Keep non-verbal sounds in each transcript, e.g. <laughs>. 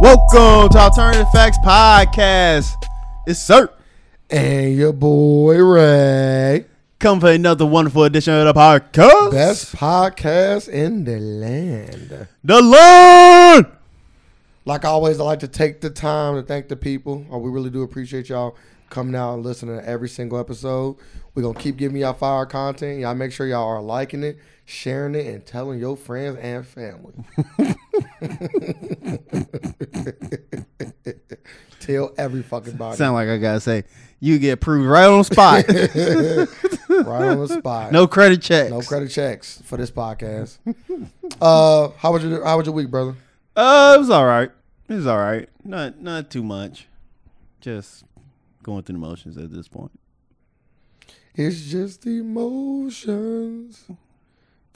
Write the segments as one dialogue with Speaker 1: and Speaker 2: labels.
Speaker 1: Welcome to Alternative Facts Podcast. It's Sir.
Speaker 2: and your boy Ray.
Speaker 1: Come for another wonderful edition of the podcast.
Speaker 2: Best podcast in the land.
Speaker 1: The Lord.
Speaker 2: Like always, I like to take the time to thank the people. Oh, we really do appreciate y'all coming out and listening to every single episode. We're gonna keep giving y'all fire content. Y'all make sure y'all are liking it, sharing it, and telling your friends and family. <laughs> Tell every fucking body
Speaker 1: Sound like I gotta say, you get approved right on the
Speaker 2: <laughs>
Speaker 1: spot.
Speaker 2: right on the spot.
Speaker 1: no credit checks.
Speaker 2: no credit checks for
Speaker 1: <laughs>
Speaker 2: this podcast. uh, how was your How was your week, brother?
Speaker 1: Uh, it was all right. It was all right. Not not too much. Just going through the motions at this point.
Speaker 2: It's just emotions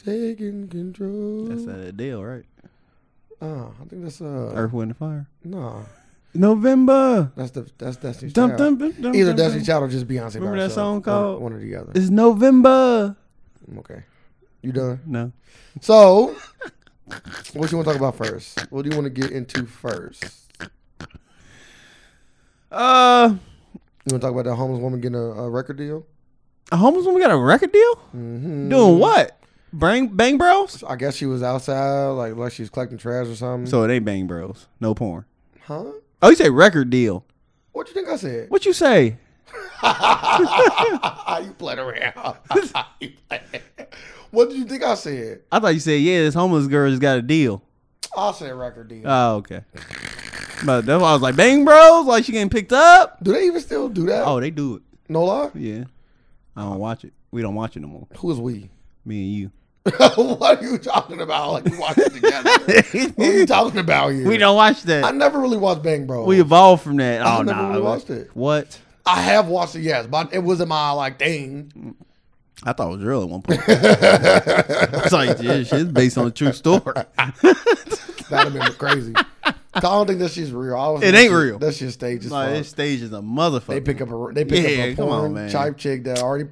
Speaker 2: taking control.
Speaker 1: That's that deal, right?
Speaker 2: Ah, I think that's uh
Speaker 1: Earth, Wind, and Fire.
Speaker 2: no.
Speaker 1: November.
Speaker 2: That's the that's Destiny's
Speaker 1: Dum,
Speaker 2: Child.
Speaker 1: dum, dum, dum,
Speaker 2: Either
Speaker 1: dum,
Speaker 2: Destiny's
Speaker 1: dum.
Speaker 2: Child or just Beyonce. by
Speaker 1: Remember that
Speaker 2: herself.
Speaker 1: song
Speaker 2: One-
Speaker 1: called-
Speaker 2: one, or the other?
Speaker 1: It's November.
Speaker 2: I'm okay. You done?
Speaker 1: No.
Speaker 2: So, what you want to talk about first? What do you want to get into first?
Speaker 1: Uh,
Speaker 2: You want to talk about that homeless woman getting a, a record deal?
Speaker 1: a homeless woman got a record deal.
Speaker 2: Mm-hmm.
Speaker 1: Doing what? Bang Bang Bros?
Speaker 2: I guess she was outside, like like she was collecting trash or something.
Speaker 1: So it ain't Bang Bros. No porn.
Speaker 2: huh?
Speaker 1: Oh, you say record deal.
Speaker 2: What you think
Speaker 1: <laughs>
Speaker 2: I said?
Speaker 1: What you say?
Speaker 2: <laughs> you played around. <laughs> You played. what did you think I said?
Speaker 1: I thought you said, yeah, this homeless girl just got a deal.
Speaker 2: I said record deal.
Speaker 1: Oh, <laughs> okay. But that's why I was like, Bang Bros? Like she getting picked up?
Speaker 2: do they even still do that?
Speaker 1: Oh, they do it.
Speaker 2: No lie.
Speaker 1: Yeah. I don't watch it. We don't watch it no more.
Speaker 2: Who is we? <laughs>
Speaker 1: Me and you.
Speaker 2: what are you talking about? Like we watched it
Speaker 1: <laughs>
Speaker 2: together. what are you talking about here?
Speaker 1: We don't watch that.
Speaker 2: I never really watched Bang Bro.
Speaker 1: we evolved from that. Oh,
Speaker 2: I never
Speaker 1: nah.
Speaker 2: really watched it.
Speaker 1: What?
Speaker 2: I have watched it, yes, but it wasn't my like thing.
Speaker 1: I thought it was real at one
Speaker 2: <laughs>
Speaker 1: point. it's like, yeah, shit's based on a true
Speaker 2: <laughs>
Speaker 1: story.
Speaker 2: That'd have been
Speaker 1: <laughs>
Speaker 2: crazy. 'Cause I don't think that shit's real. I always
Speaker 1: It
Speaker 2: think
Speaker 1: ain't
Speaker 2: that shit-
Speaker 1: real.
Speaker 2: That shit's staged as
Speaker 1: Like,
Speaker 2: fuck.
Speaker 1: this stage is a motherfucker.
Speaker 2: They pick up a they pick
Speaker 1: Yeah,
Speaker 2: up a
Speaker 1: come on,
Speaker 2: porn
Speaker 1: man.
Speaker 2: type chick that already.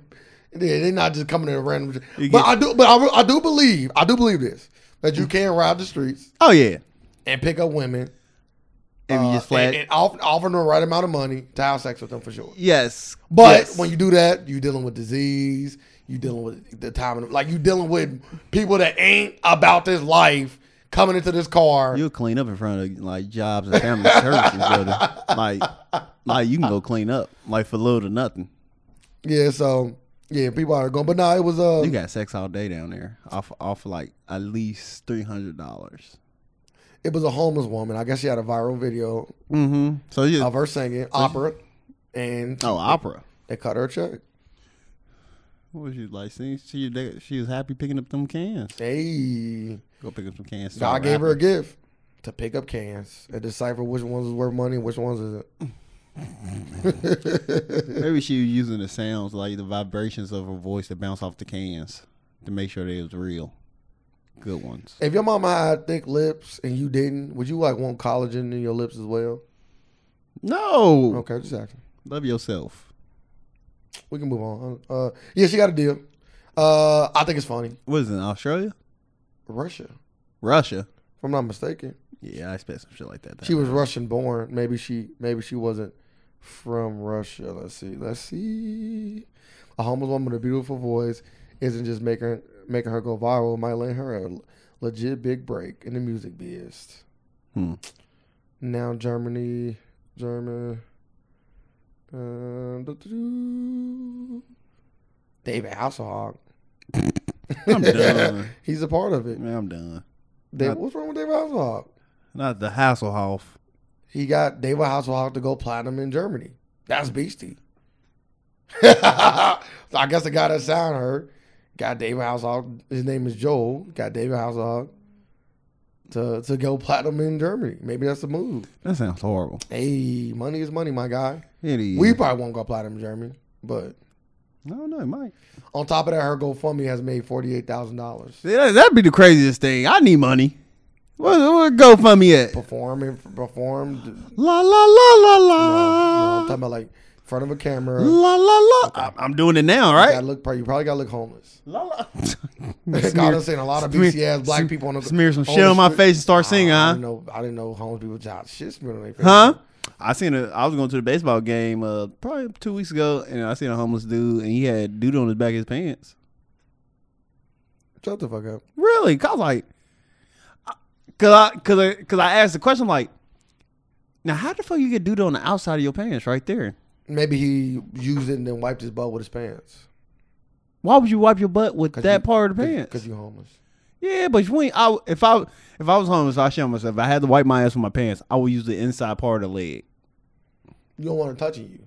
Speaker 2: They, they're not just coming in a random.
Speaker 1: You
Speaker 2: but
Speaker 1: get-
Speaker 2: I do, but I, I do believe, I do believe this that you can ride the streets
Speaker 1: oh, yeah.
Speaker 2: and pick up women
Speaker 1: If you
Speaker 2: uh,
Speaker 1: just flat.
Speaker 2: and, and off, offer them the right amount of money to have sex with them for sure.
Speaker 1: Yes.
Speaker 2: But
Speaker 1: yes.
Speaker 2: when you do that, you dealing with disease. You dealing with the time, of- like you dealing with people that ain't about this life coming into this car.
Speaker 1: You'll clean up in front of like jobs and family services, brother.
Speaker 2: <laughs>
Speaker 1: Like, like you can go clean up like for little to nothing.
Speaker 2: yeah, so yeah, people are going. But no, it was uh,
Speaker 1: You got sex all day down there, off off like at least three hundred dollars.
Speaker 2: it was a homeless woman. I guess she had a viral video
Speaker 1: Mm-hmm. So you
Speaker 2: of her singing opera, and
Speaker 1: oh opera.
Speaker 2: they cut her a check.
Speaker 1: What was you like? See, she they- she was happy picking up them cans.
Speaker 2: Hey,
Speaker 1: Go pick up some cans.
Speaker 2: God
Speaker 1: start
Speaker 2: gave her a
Speaker 1: rapping.
Speaker 2: gift to pick up cans and decipher which ones is worth money, and which ones isn't.
Speaker 1: Maybe she was using the sounds like the vibrations of her voice to bounce off the cans to make sure they was real, good ones.
Speaker 2: If your mama had thick lips and you didn't, would you like want collagen in your lips as well?
Speaker 1: No,
Speaker 2: Okay, just asking.
Speaker 1: love yourself.
Speaker 2: We can move on. Uh, yeah, she got a deal. Uh, I think it's funny.
Speaker 1: What is it? Australia,
Speaker 2: Russia, if
Speaker 1: Russia.
Speaker 2: I'm not mistaken,
Speaker 1: Yeah, I expect some shit like that. to
Speaker 2: she was Russian born. Maybe she, maybe she wasn't from Russia. Let's see. Let's see. A homeless woman with a beautiful voice isn't just making making her go viral. It might land her a legit big break in the music biz.
Speaker 1: Hmm.
Speaker 2: Now Germany, German. Um, doo-doo-doo. David Hasselhoff.
Speaker 1: I'm
Speaker 2: <laughs>
Speaker 1: done.
Speaker 2: He's a part of it.
Speaker 1: Man, I'm done.
Speaker 2: David, what's wrong with David Hasselhoff?
Speaker 1: Not the Hasselhoff.
Speaker 2: He got David Hasselhoff to go platinum in Germany. That's beastie. <laughs> so I guess the guy that signed her got David Hasselhoff. His name is Joel. Got David Hasselhoff to to go platinum in Germany. Maybe that's the move.
Speaker 1: That sounds horrible.
Speaker 2: Hey, money is money, my guy.
Speaker 1: It is.
Speaker 2: We probably won't go platinum in Germany, but
Speaker 1: I don't know, Mike.
Speaker 2: on top of that, her GoFundMe has made forty eight thousand dollars.
Speaker 1: See, that, that'd be the craziest thing. I need money. What, what GoFundMe at?
Speaker 2: Performing, performed.
Speaker 1: La la la la
Speaker 2: No, no, I'm
Speaker 1: la.
Speaker 2: talking about like front of a camera. You
Speaker 1: La la la. I- I'm doing it now,
Speaker 2: gotta
Speaker 1: right?
Speaker 2: look, you probably gotta look homeless.
Speaker 1: La la. <laughs>
Speaker 2: <laughs> God, I'm saying a lot of
Speaker 1: smear-
Speaker 2: BC ass black
Speaker 1: sm-
Speaker 2: people on the
Speaker 1: smear some
Speaker 2: the
Speaker 1: shit on my
Speaker 2: street.
Speaker 1: face and start
Speaker 2: I-
Speaker 1: singing,
Speaker 2: I,
Speaker 1: huh?
Speaker 2: didn't know. I didn't know homeless people job shit smeared on their face.
Speaker 1: Huh? I seen a. I was going to the baseball game uh, probably two weeks ago, and I seen a homeless dude, and he had dude on his back of his pants.
Speaker 2: Shut the fuck up.
Speaker 1: Really? 'Cause I was like, cause I, cause I, cause I asked the question like, now how the fuck you get dude on the outside of your pants right there?
Speaker 2: Maybe he used it and then wiped his butt with his pants.
Speaker 1: Why would you wipe your butt with
Speaker 2: 'Cause
Speaker 1: that
Speaker 2: you-
Speaker 1: part of the pants?
Speaker 2: Because you homeless.
Speaker 1: yeah, but you ain't. I, if I if I was homeless, I shame myself. If I had to wipe my ass with my pants. I would use the inside part of the leg.
Speaker 2: You don't want it touching you. <laughs>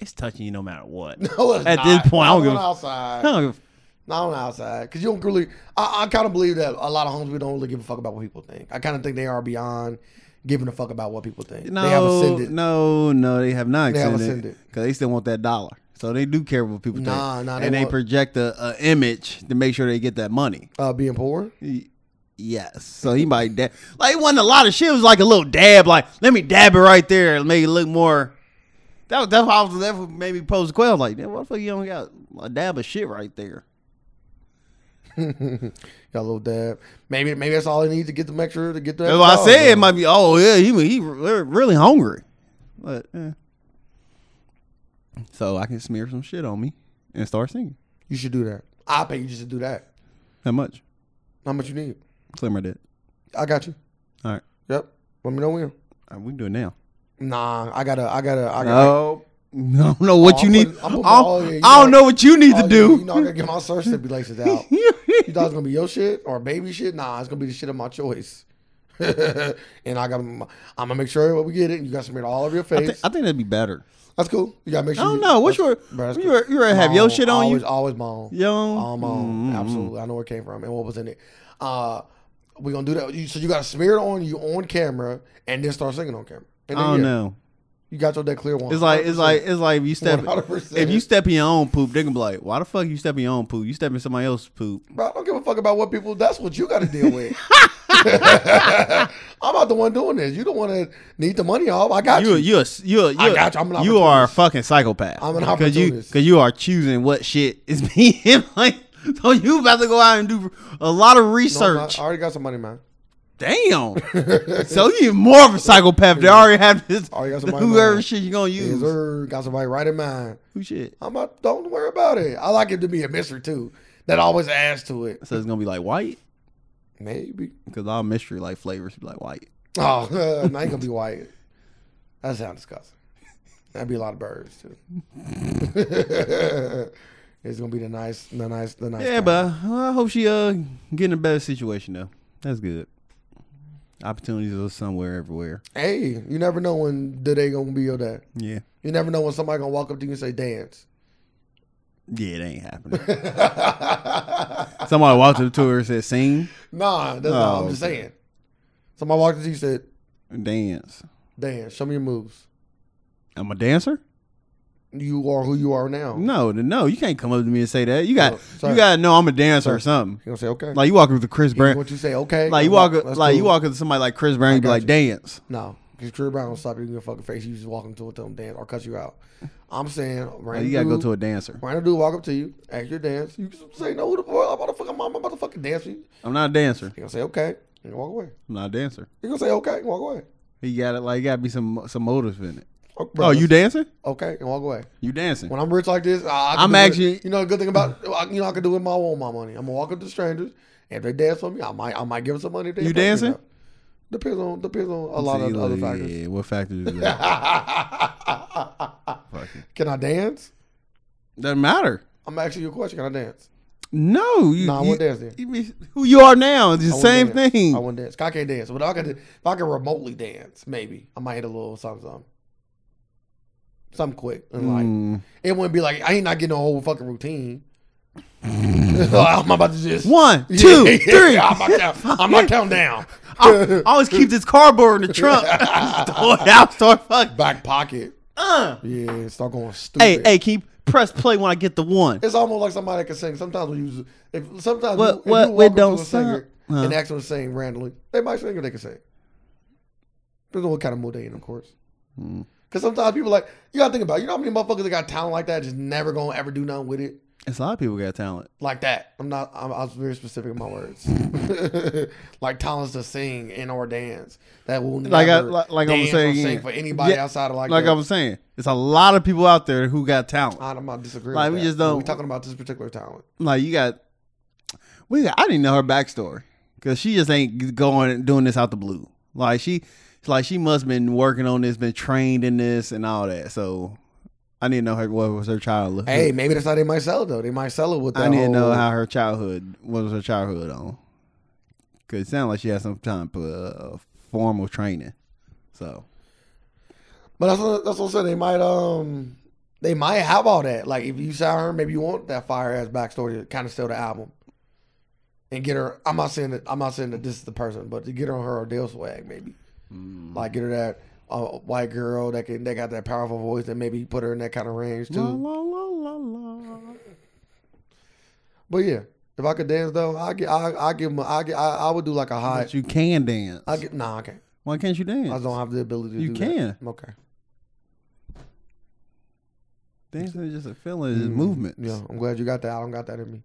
Speaker 1: It's touching you no matter what. <laughs>
Speaker 2: No, it's
Speaker 1: At
Speaker 2: not.
Speaker 1: this point, I don't
Speaker 2: Not
Speaker 1: give
Speaker 2: on
Speaker 1: a- I
Speaker 2: outside.
Speaker 1: don't give a-
Speaker 2: Not on outside. Because you don't really. I, I kind of believe that a lot of homeless people don't really give a fuck about what people think. I kind of think they are beyond giving a fuck about what people think.
Speaker 1: No,
Speaker 2: they have ascended.
Speaker 1: no, no, they have not
Speaker 2: They have
Speaker 1: extended
Speaker 2: ascended.
Speaker 1: because they still want that dollar. So they do care what people
Speaker 2: Nah,
Speaker 1: think,
Speaker 2: nah, they
Speaker 1: and they
Speaker 2: want-
Speaker 1: project a, a image to make sure they get that money.
Speaker 2: Uh, being poor.
Speaker 1: Y- Yes, so he might dab. Like it wasn't a lot of shit. It was like a little dab. Like let me dab it right there and make it look more. That was that's why I was that what made me pose the question. Like, what the fuck you don't got a dab of shit right there?
Speaker 2: Got a little dab. Maybe maybe that's all they need to get the extra to get the.
Speaker 1: That's why I
Speaker 2: dollar
Speaker 1: said it
Speaker 2: done.
Speaker 1: might be. Oh yeah, he he re- really hungry, but eh. so I can smear some shit on me and start singing.
Speaker 2: You should do that. I pay you just to do that.
Speaker 1: How much?
Speaker 2: How much you need?
Speaker 1: Slimmer did.
Speaker 2: I got you.
Speaker 1: All right,
Speaker 2: Yep. Let me know when.
Speaker 1: Uh, we can do it now.
Speaker 2: Nah, I gotta, I gotta, I gotta.
Speaker 1: Oh, <laughs> I don't know what
Speaker 2: Oh,
Speaker 1: you
Speaker 2: I'm
Speaker 1: need.
Speaker 2: putting-
Speaker 1: I
Speaker 2: I'm
Speaker 1: don't,
Speaker 2: putting- oh, yeah, you
Speaker 1: I don't
Speaker 2: know-
Speaker 1: know what you need
Speaker 2: Oh,
Speaker 1: to
Speaker 2: you-
Speaker 1: do.
Speaker 2: You know, I gotta get my search
Speaker 1: <laughs>
Speaker 2: stipulations out. you thought it's gonna be your shit or baby shit? Nah, it's gonna be the shit of my choice. <laughs> and I got, I'm gonna make sure we get it. You got smeared all over your face.
Speaker 1: I, thi- I think that'd be better.
Speaker 2: that's cool. You gotta make
Speaker 1: I
Speaker 2: sure.
Speaker 1: don't
Speaker 2: you-
Speaker 1: know. What's
Speaker 2: that's-
Speaker 1: your
Speaker 2: bro, that's
Speaker 1: you
Speaker 2: cool.
Speaker 1: were- you ever have your
Speaker 2: Mom,
Speaker 1: shit on
Speaker 2: always,
Speaker 1: you?
Speaker 2: Always mom.
Speaker 1: Yo,
Speaker 2: All mom.
Speaker 1: Mm, mm,
Speaker 2: Um, Absolutely. I know where it came from and what was in it. Uh, we're gonna do that. You, so you gotta smear it on you on camera and then start singing on camera.
Speaker 1: I
Speaker 2: And then,
Speaker 1: don't
Speaker 2: yeah,
Speaker 1: know.
Speaker 2: You got your that clear
Speaker 1: Oh,
Speaker 2: one.
Speaker 1: It's like it's like it's like if you step
Speaker 2: 100%.
Speaker 1: if you step in your own poop, they can be like, "Why the fuck you step in your own poop? You step in somebody else's poop."
Speaker 2: Bro, I don't give a fuck about what people. That's what you got to
Speaker 1: <laughs>
Speaker 2: deal with. <laughs> I'm not the one doing this. You the one that need the money off. I got
Speaker 1: You
Speaker 2: you.
Speaker 1: a- you a- you a-
Speaker 2: I
Speaker 1: you a-
Speaker 2: got you. I'm an
Speaker 1: you are a
Speaker 2: opportunist.
Speaker 1: fucking psychopath.
Speaker 2: I'm an
Speaker 1: Cause you
Speaker 2: opportunist.
Speaker 1: because you are choosing what shit is <laughs> being like. So you about to go out and do a lot of
Speaker 2: No, uh, I'm not-
Speaker 1: research.
Speaker 2: I already got some money, man. <laughs>
Speaker 1: Damn. so you even more of a psychopath. They already have this.
Speaker 2: Already Oh, got somebody
Speaker 1: Whoever
Speaker 2: mad.
Speaker 1: shit you gonna
Speaker 2: Yes,
Speaker 1: use.
Speaker 2: sir. Got somebody right in mind.
Speaker 1: Who shit?
Speaker 2: I'm not. Don't worry about it. I like it to be a mystery too. That always adds to it.
Speaker 1: So it's gonna be like white
Speaker 2: Maybe.
Speaker 1: because all mystery like flavors be like white.
Speaker 2: Oh, <laughs> uh, I ain't gonna be white. That sounds disgusting. That'd be a lot of birds too. <laughs> it's gonna be the nice, the nice, the nice.
Speaker 1: Yeah,
Speaker 2: kind.
Speaker 1: but I I hope she uh get in a better situation though. That's good. Opportunities are somewhere everywhere.
Speaker 2: hey, you never know when the day gonna be your day.
Speaker 1: Yeah.
Speaker 2: You never know when somebody gonna walk up to you and say dance. <laughs>
Speaker 1: Yeah, it ain't happening. <laughs> Somebody walked up to her and said, "Sing,
Speaker 2: Nah, that's
Speaker 1: Oh,
Speaker 2: not, I'm just
Speaker 1: okay.
Speaker 2: saying. Somebody walked up to you and said,
Speaker 1: dance."
Speaker 2: dance, show me your moves.
Speaker 1: I'm a dancer.
Speaker 2: You are who you are now.
Speaker 1: No, th- no, you can't come up to me and say that. You got,
Speaker 2: No, sorry.
Speaker 1: you got to know I'm a dancer or something.
Speaker 2: You gonna say okay?
Speaker 1: Like you walk up to Chris
Speaker 2: you,
Speaker 1: Brown,
Speaker 2: what you say okay?
Speaker 1: like you
Speaker 2: Well,
Speaker 1: walk, up,
Speaker 2: that's
Speaker 1: like you
Speaker 2: cool.
Speaker 1: walk up to somebody like Chris Brown, and be
Speaker 2: got
Speaker 1: like,
Speaker 2: you.
Speaker 1: "Dance."
Speaker 2: No, because Drew Brown will stop you in your fucking face. You just walk into it, tell him dance or cut you out. I'm saying,
Speaker 1: Like,
Speaker 2: random
Speaker 1: Oh, you gotta go
Speaker 2: dude,
Speaker 1: to a dancer.
Speaker 2: random dude walk up to you, ask you to dance. You can say no, who the boy? I'm about to fucking mom. I'm about to fucking dance. You
Speaker 1: I'm not a dancer.
Speaker 2: He gonna say okay. You gonna walk away.
Speaker 1: I'm not a dancer.
Speaker 2: You gonna say okay. and Walk away.
Speaker 1: You got to Like you got to be some some motive in it.
Speaker 2: Okay,
Speaker 1: Oh, you dancing?
Speaker 2: okay? And walk away.
Speaker 1: You dancing?
Speaker 2: When I'm rich like this, I, I can
Speaker 1: I'm
Speaker 2: do it.
Speaker 1: actually-
Speaker 2: You know, the good thing about I- you know I can do with my own my money. I'm gonna walk up to strangers. If they dance for me, I might I might give them some money. If they
Speaker 1: You
Speaker 2: pay me
Speaker 1: dancing?
Speaker 2: enough. Depends on depends on a lot of
Speaker 1: See,
Speaker 2: other
Speaker 1: yeah,
Speaker 2: factors.
Speaker 1: Yeah, what factors
Speaker 2: <laughs>
Speaker 1: is that? Fuck it.
Speaker 2: Can I dance?
Speaker 1: Doesn't matter.
Speaker 2: I'm asking you a question. Can I dance?
Speaker 1: No, you.
Speaker 2: No, I
Speaker 1: you,
Speaker 2: won't dance then.
Speaker 1: you be- who you are now is the
Speaker 2: I wouldn't
Speaker 1: same
Speaker 2: dance.
Speaker 1: thing.
Speaker 2: I wouldn't dance. I can't dance, but I could. If I could remotely dance, maybe I might hit a little something, something, something quick. And like
Speaker 1: Mm.
Speaker 2: it wouldn't be like I ain't not getting a whole fucking routine. <laughs> I'm about to just
Speaker 1: One,
Speaker 2: <laughs> Yeah,
Speaker 1: two,
Speaker 2: yeah,
Speaker 1: three.
Speaker 2: I'm not count- I'm not counting down.
Speaker 1: <laughs> I always keep this cardboard in the <laughs> trunk. Throw it out, start fucking.
Speaker 2: Back pocket.
Speaker 1: Uh.
Speaker 2: Yeah, start going stupid.
Speaker 1: Hey, hey, keep press play when I get the one.
Speaker 2: It's almost like somebody that can sing. Sometimes we use if sometimes
Speaker 1: What-
Speaker 2: you, if
Speaker 1: what-
Speaker 2: you
Speaker 1: we
Speaker 2: walk up
Speaker 1: don't
Speaker 2: to a singer
Speaker 1: sing?
Speaker 2: and
Speaker 1: Huh.
Speaker 2: ask them to sing
Speaker 1: Hmm.
Speaker 2: randomly, they might sing or they can sing. Depends on what kind of mood they in, of course. Because sometimes people like, you gotta think about it. You know how many motherfuckers that got talent like that just never gonna ever do nothing with it?
Speaker 1: It's a lot of people got talent.
Speaker 2: Like that. I'm not, I'm, I was very specific in my words. <laughs> like talents to sing and or dance. That will never
Speaker 1: Like I- like- like I was
Speaker 2: dance or
Speaker 1: saying,
Speaker 2: sing
Speaker 1: yeah.
Speaker 2: for anybody
Speaker 1: Yeah.
Speaker 2: outside of like,
Speaker 1: Like
Speaker 2: that.
Speaker 1: I was saying, it's a lot of people out there who got talent.
Speaker 2: I am not disagreeing.
Speaker 1: Like,
Speaker 2: with
Speaker 1: we
Speaker 2: that.
Speaker 1: just don't-
Speaker 2: We're talking about this particular talent.
Speaker 1: Like you got, we got, I didn't know her backstory because she just ain't going and doing this out the blue. Like she, it's like she must been working on this, been trained in this and all that. So I didn't know her what was her childhood.
Speaker 2: Hey, maybe that's how they might sell it though. They might sell it with. That
Speaker 1: I didn't
Speaker 2: whole,
Speaker 1: know how her childhood what was her childhood on. Cause it sounded like she had some type of uh, formal training. So
Speaker 2: But that's what, that's what I'm saying. They might um, they might have all that. Like if you sign her, maybe you want that fire ass backstory to kind of sell the album, and get her. I'm not saying that I'm not saying that this is the person, but to get her her Odell swag, maybe
Speaker 1: Mm.
Speaker 2: like get her that uh, white girl that can that got that powerful voice that maybe put her in that kind of range too.
Speaker 1: la, la, la, la, la.
Speaker 2: But yeah, if I could dance though, I get I I give 'em- I get I, I would do like a high.
Speaker 1: But you can dance.
Speaker 2: I get nah, I can't.
Speaker 1: Why can't you dance?
Speaker 2: I don't have the ability to
Speaker 1: You
Speaker 2: do
Speaker 1: can.
Speaker 2: that. Okay.
Speaker 1: Dancing is just a feeling, it's
Speaker 2: Mm,
Speaker 1: movements.
Speaker 2: Yeah, I'm glad you got that. I don't got that
Speaker 1: <laughs>
Speaker 2: in me.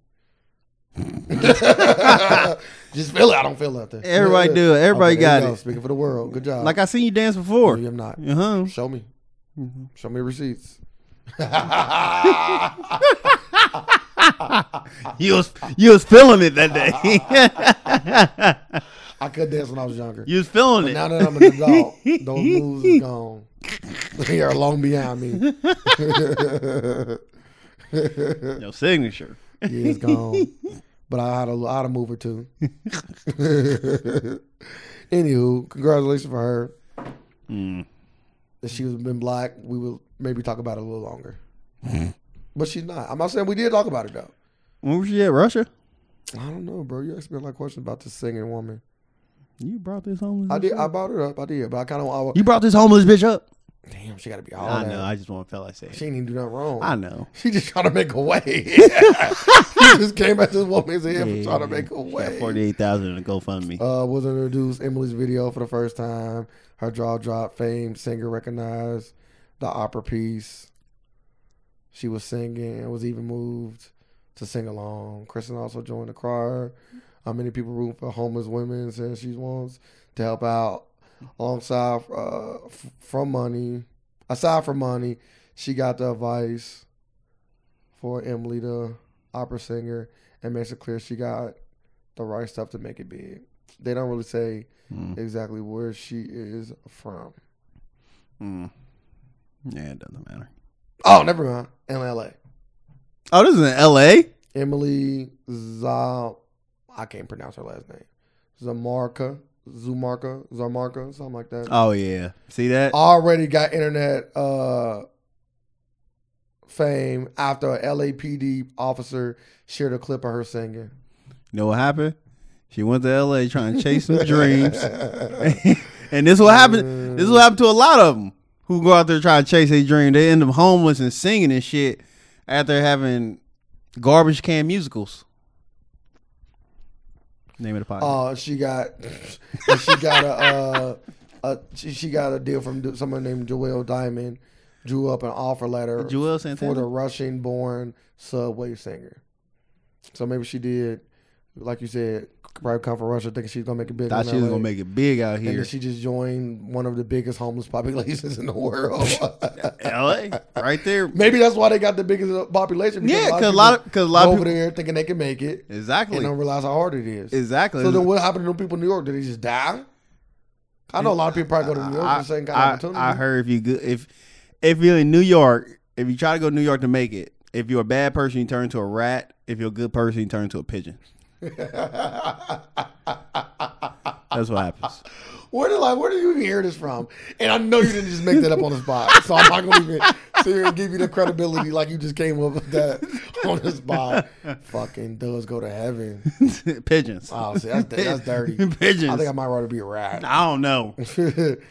Speaker 2: Just feel it. I don't feel nothing.
Speaker 1: Everybody do it. Everybody
Speaker 2: there you
Speaker 1: got
Speaker 2: go.
Speaker 1: it.
Speaker 2: Speaking for the world. Good job.
Speaker 1: Like I seen you dance
Speaker 2: no,
Speaker 1: before.
Speaker 2: you have not.
Speaker 1: Uh huh.
Speaker 2: Show me.
Speaker 1: Mhm.
Speaker 2: Show
Speaker 1: <laughs>
Speaker 2: me receipts. I Ah.
Speaker 1: You was you was feeling it that
Speaker 2: ah,
Speaker 1: day.
Speaker 2: could dance when I was younger.
Speaker 1: <laughs> you was feeling it.
Speaker 2: Now that I'm an adult,
Speaker 1: <laughs>
Speaker 2: those moves is gone. <laughs> they are long beyond me.
Speaker 1: Your signature.
Speaker 2: Yeah,
Speaker 1: <laughs>
Speaker 2: it's gone. but I had a, I had a move or two. <laughs> Anywho, congratulations for her.
Speaker 1: Mm.
Speaker 2: If she was been black, we would maybe talk about it a little longer.
Speaker 1: Mm-hmm.
Speaker 2: but she's not. I'm not saying we did talk about it though.
Speaker 1: Where was she at? Russia.
Speaker 2: I don't know, bro. You asked me a lot of questions about this singing woman.
Speaker 1: You brought this homeless.
Speaker 2: I
Speaker 1: bitch
Speaker 2: did.
Speaker 1: up?
Speaker 2: I brought her up. I did, but I kind of. I, wa-
Speaker 1: you brought this homeless bitch up.
Speaker 2: damn, she got to be all
Speaker 1: I
Speaker 2: that.
Speaker 1: know. I just want to feel like that.
Speaker 2: She ain't even do nothing wrong.
Speaker 1: I know.
Speaker 2: She just trying to make a way.
Speaker 1: <laughs>
Speaker 2: <laughs> she just came at this woman's head for trying to make a
Speaker 1: She got
Speaker 2: way.
Speaker 1: forty eight thousand in GoFundMe.
Speaker 2: uh, was introduced Emily's video for the first time. Her jaw dropped, fame, singer recognized, the opera piece. She was singing and was even moved to sing along. Kristen also joined the choir. Uh, many people rooting for homeless women saying she wants to help out alongside uh, f- from money. Aside from money, she got the advice for Emily, the opera singer, and makes it clear she got the right stuff to make it big. They don't really say
Speaker 1: Mm.
Speaker 2: exactly where she is from.
Speaker 1: Mm. Yeah, it doesn't matter.
Speaker 2: Oh, never mind. In LA.
Speaker 1: Oh, this is in L.A.
Speaker 2: Emily Za I can't pronounce her last name. Zamarka. Zumarka. Zamarka, something like that.
Speaker 1: Oh yeah, see that?
Speaker 2: Already got internet uh fame after a LAPD officer shared a clip of her singing.
Speaker 1: You know what happened? She went to L.A. trying to chase some
Speaker 2: <laughs>
Speaker 1: dreams. <laughs> and this will happen. This will happen to a lot of them who go out there trying to chase a dream. They end up homeless and singing and shit after having garbage can musicals. Name of the podcast.
Speaker 2: Uh, she got, and she got a, uh, a she, she got a deal from someone named Joel Diamond, drew up an offer letter
Speaker 1: Joel
Speaker 2: Uh, for the
Speaker 1: Santana.
Speaker 2: Russian-born subway singer. So maybe she did, like you said, probably come from Russia, thinking she's gonna make it big.
Speaker 1: Thought
Speaker 2: in
Speaker 1: she was
Speaker 2: LA.
Speaker 1: gonna make it big out
Speaker 2: And
Speaker 1: here.
Speaker 2: then she just joined one of the biggest homeless <laughs> populations in
Speaker 1: <laughs>
Speaker 2: the world. <laughs>
Speaker 1: L.A. right there.
Speaker 2: maybe that's why they got the biggest population.
Speaker 1: Yeah, because a lot of because a
Speaker 2: people
Speaker 1: lot
Speaker 2: go
Speaker 1: of
Speaker 2: over
Speaker 1: people
Speaker 2: there thinking they can make it and
Speaker 1: exactly
Speaker 2: don't realize how hard it is.
Speaker 1: exactly.
Speaker 2: So then, what happened to them people in New York? Did they just die? I know a lot of people probably go to New York for
Speaker 1: I,
Speaker 2: the same kind
Speaker 1: I-
Speaker 2: of opportunity.
Speaker 1: I heard if you go, if if you're in New York, if you try to go to New York to make it, if you're a bad person, you turn into a rat. If you're a good person, you turn into a
Speaker 2: <laughs>
Speaker 1: pigeon. That's what happens. <laughs>
Speaker 2: where did like where did you even hear this from? And I know you didn't just make that up on the spot, so I'm not going to even sit here and give you the credibility like you just came up with that on the spot. Fucking does go to heaven.
Speaker 1: Pigeons.
Speaker 2: Oh, see, that's,
Speaker 1: <laughs>
Speaker 2: that's dirty.
Speaker 1: Pigeons.
Speaker 2: I
Speaker 1: I,
Speaker 2: think I might rather be a rat. <laughs>
Speaker 1: don't know.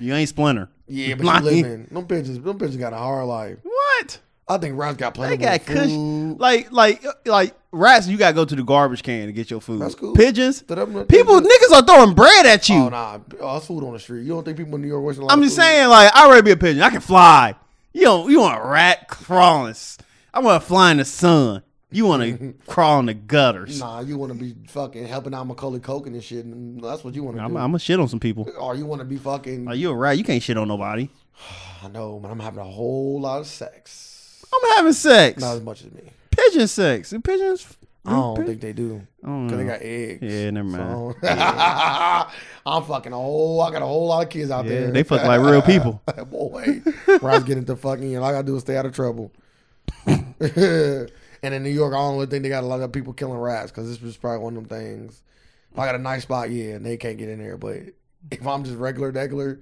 Speaker 1: You ain't Splinter.
Speaker 2: yeah, but
Speaker 1: Lying.
Speaker 2: you living. Them pigeons, them pigeons got a hard life.
Speaker 1: What?
Speaker 2: I think rats got plenty.
Speaker 1: They got
Speaker 2: of food.
Speaker 1: cush. Like like like rats, you gotta go to the garbage can to get your food.
Speaker 2: That's cool.
Speaker 1: Pigeons,
Speaker 2: But I'm not-
Speaker 1: people, niggas are throwing bread at you.
Speaker 2: Oh nah, oh, that's food on the street. You don't think people in New York wasting a lot
Speaker 1: I'm
Speaker 2: of
Speaker 1: just
Speaker 2: food?
Speaker 1: saying, like, I already be a pigeon. I can fly. You don't. You want a rat crawling? s- I want to fly in the sun. You want
Speaker 2: <laughs>
Speaker 1: to crawl in the gutters?
Speaker 2: Nah, you want to be fucking helping out Macaulay Culkin and shit. And that's what you want to
Speaker 1: I'm,
Speaker 2: do.
Speaker 1: I'm gonna shit on some people.
Speaker 2: or you want to be fucking.
Speaker 1: Like, you a rat? You can't shit on nobody.
Speaker 2: I know, but I'm having a whole lot of sex.
Speaker 1: I'm having sex.
Speaker 2: Not as much as me.
Speaker 1: Pigeon sex. And pigeons.
Speaker 2: I don't think they do.
Speaker 1: I don't
Speaker 2: Cause they
Speaker 1: know.
Speaker 2: got eggs.
Speaker 1: Mm. Yeah, never mind.
Speaker 2: So- <laughs> I'm fucking a whole. I got a whole lot of kids out
Speaker 1: Yeah,
Speaker 2: there.
Speaker 1: they fuck like
Speaker 2: <laughs>
Speaker 1: real people.
Speaker 2: Boy, where I was getting into fucking, and all I gotta do is stay out of trouble. <laughs> and in New York, I don't really think they got a lot of people killing rats because this was probably one of them things. If I got a nice spot, yeah, and they can't get in there. But if I'm just regular degular,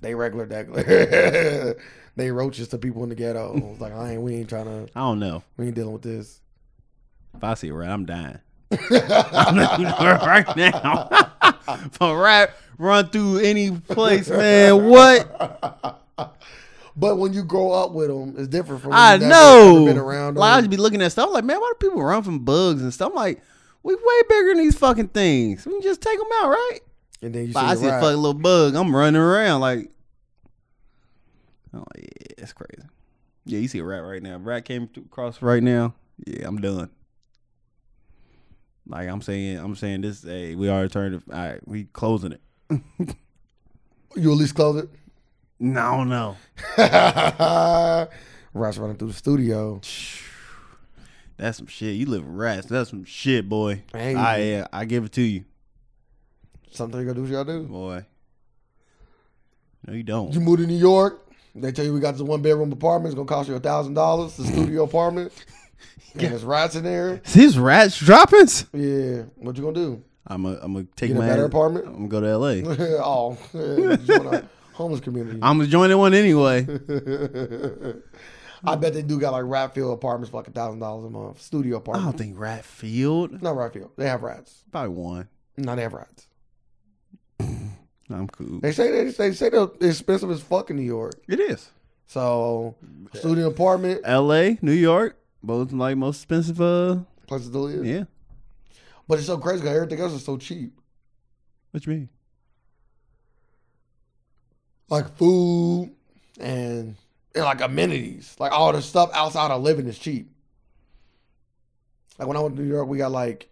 Speaker 2: they regular degular. <laughs> they roaches to people in the ghetto. It's like I ain't. We ain't trying to.
Speaker 1: I don't know.
Speaker 2: We ain't dealing with this. <laughs>
Speaker 1: If I see a rat, I'm dying. <laughs> I'm not doing it right now. <laughs> if a rat run through any place, man, what?
Speaker 2: But when you grow up with them, it's different from when
Speaker 1: I
Speaker 2: you never-
Speaker 1: know.
Speaker 2: never been around.
Speaker 1: like, I just
Speaker 2: them.
Speaker 1: be looking at stuff like, man, why do people run from bugs and stuff? I'm like, we way bigger than these fucking things. We can just take them out, right?
Speaker 2: and then you see,
Speaker 1: Like, I
Speaker 2: a
Speaker 1: see a
Speaker 2: rat.
Speaker 1: fucking little bug. I'm running around like, oh yeah, that's crazy. Yeah, you see a rat right now. Rat came th- across right now. Yeah, I'm done. Like I'm saying, I'm saying this. Hey, we already turned. it- All right, we closing it.
Speaker 2: you at least close it.
Speaker 1: No, no.
Speaker 2: <laughs> Rats running through the studio.
Speaker 1: That's some shit. You live with rats. That's some shit, boy.
Speaker 2: Hey.
Speaker 1: I yeah, I give it to you,
Speaker 2: Something you gotta do what y'all do.
Speaker 1: boy. No, you don't.
Speaker 2: You move to New York. They tell you we got this one bedroom apartment. It's gonna cost you a thousand dollars. The studio apartment. And there's rats in there.
Speaker 1: Is these rats droppings?
Speaker 2: Yeah. What you gonna do?
Speaker 1: I'm a, I'm gonna take
Speaker 2: Get a
Speaker 1: my
Speaker 2: better
Speaker 1: ass-
Speaker 2: apartment? <laughs>
Speaker 1: I'm gonna go to L.A.
Speaker 2: oh, you join a homeless community. <laughs>
Speaker 1: I'm gonna join the one anyway.
Speaker 2: I bet they do got like rat field apartments for like a thousand dollars a month. Studio
Speaker 1: I
Speaker 2: apartment.
Speaker 1: don't think Ratfield.
Speaker 2: Not rat field. They have rats.
Speaker 1: Probably one.
Speaker 2: No, they have rats.
Speaker 1: I'm cool.
Speaker 2: They say they, they say they're expensive as fuck in New York.
Speaker 1: It is.
Speaker 2: So studio apartment
Speaker 1: L.A., New York, both like most expensive. Uh,
Speaker 2: places to live.
Speaker 1: yeah.
Speaker 2: But it's so crazy because everything else is so cheap.
Speaker 1: What you mean?
Speaker 2: Like food and and like amenities. Like all the stuff outside of living is cheap. Like when I went to New York, we got like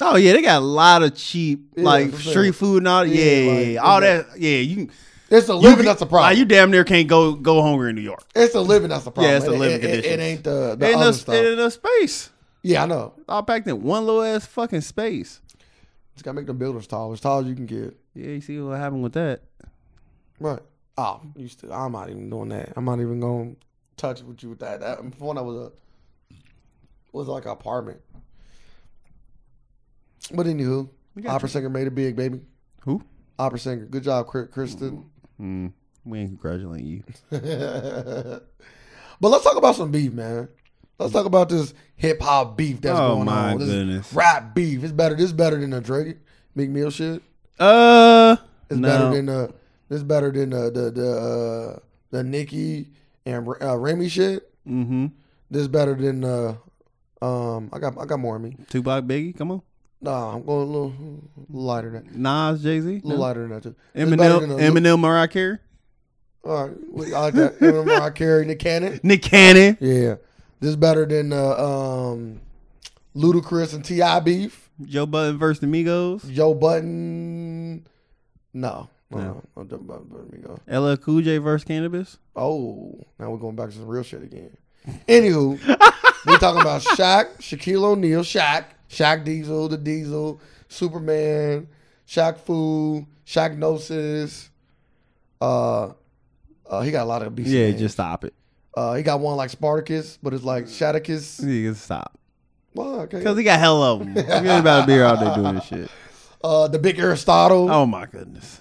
Speaker 1: Oh yeah, they got a lot of cheap
Speaker 2: Yeah,
Speaker 1: like
Speaker 2: for sure.
Speaker 1: street food and all. Yeah,
Speaker 2: Yeah, like,
Speaker 1: yeah, all
Speaker 2: it's
Speaker 1: that. Yeah, you. can-
Speaker 2: it's the
Speaker 1: you
Speaker 2: living
Speaker 1: can-
Speaker 2: that's the problem.
Speaker 1: Like, you damn near can't go go hungry in New York.
Speaker 2: it's the living that's the problem.
Speaker 1: Yeah, it's the
Speaker 2: It-
Speaker 1: living
Speaker 2: it, it- It,
Speaker 1: conditions.
Speaker 2: ain't the, the
Speaker 1: In
Speaker 2: other
Speaker 1: a,
Speaker 2: stuff.
Speaker 1: in a space,
Speaker 2: yeah, I know.
Speaker 1: all packed in one little ass fucking space.
Speaker 2: Just gotta make the buildings tall, as tall as you can get.
Speaker 1: Yeah, you see what happened with that?
Speaker 2: Right. Oh, you still, I'm not even doing that. I'm not even going to touch with you with that. That before that was a was like an apartment. But anywho,
Speaker 1: We got
Speaker 2: opera singer made it big, baby.
Speaker 1: Who?
Speaker 2: Opera singer, good job, Kri- Kristen. <laughs>
Speaker 1: Mm, we ain't congratulating you.
Speaker 2: but let's talk about some beef, man. Let's talk about this hip hop beef that's
Speaker 1: Oh,
Speaker 2: going
Speaker 1: my
Speaker 2: on. This
Speaker 1: goodness.
Speaker 2: rap beef. It's better. This is better than the Drake Meek Mill shit.
Speaker 1: Uh,
Speaker 2: It's
Speaker 1: no.
Speaker 2: better than the. It's better than the the the uh, the Nicki and uh, Remy shit.
Speaker 1: mm-hmm.
Speaker 2: This is better than the. Um, I got I got more in me.
Speaker 1: Tupac, Biggie, come on.
Speaker 2: Nah, I'm going a little, little lighter than that.
Speaker 1: Nas, Jay Z,
Speaker 2: A little lighter than that too. This is better than
Speaker 1: Eminem,
Speaker 2: the-
Speaker 1: Eminem, Mariah Carey,
Speaker 2: All right, we- I like that. Eminem, Mariah Carey, Nick Cannon.
Speaker 1: Nick Cannon.
Speaker 2: Yeah, this is better than uh, um, Ludacris and Ti beef.
Speaker 1: Joe Budden versus the Migos,
Speaker 2: Joe Button. No,
Speaker 1: No.
Speaker 2: no, no, no, no, no, no, no.
Speaker 1: LL Cool J versus Cannabis.
Speaker 2: Oh, now we're going back to some real shit again.
Speaker 1: <laughs>
Speaker 2: Anywho, we're talking about Shaq, Shaquille O'Neal, Shaq, Shaq Diesel, the Diesel, Superman, Shaq Fu, Shaq Gnosis. Uh, uh, he got a lot of beasts.
Speaker 1: Yeah,
Speaker 2: names.
Speaker 1: just stop it.
Speaker 2: uh, he got one like Spartacus, but it's like Shadicus.
Speaker 1: You can stop
Speaker 2: Well,
Speaker 1: because
Speaker 2: okay.
Speaker 1: he got hell of <laughs> them. We ain't about to be here all day doing this shit.
Speaker 2: Uh, the big Aristotle.
Speaker 1: Oh my goodness,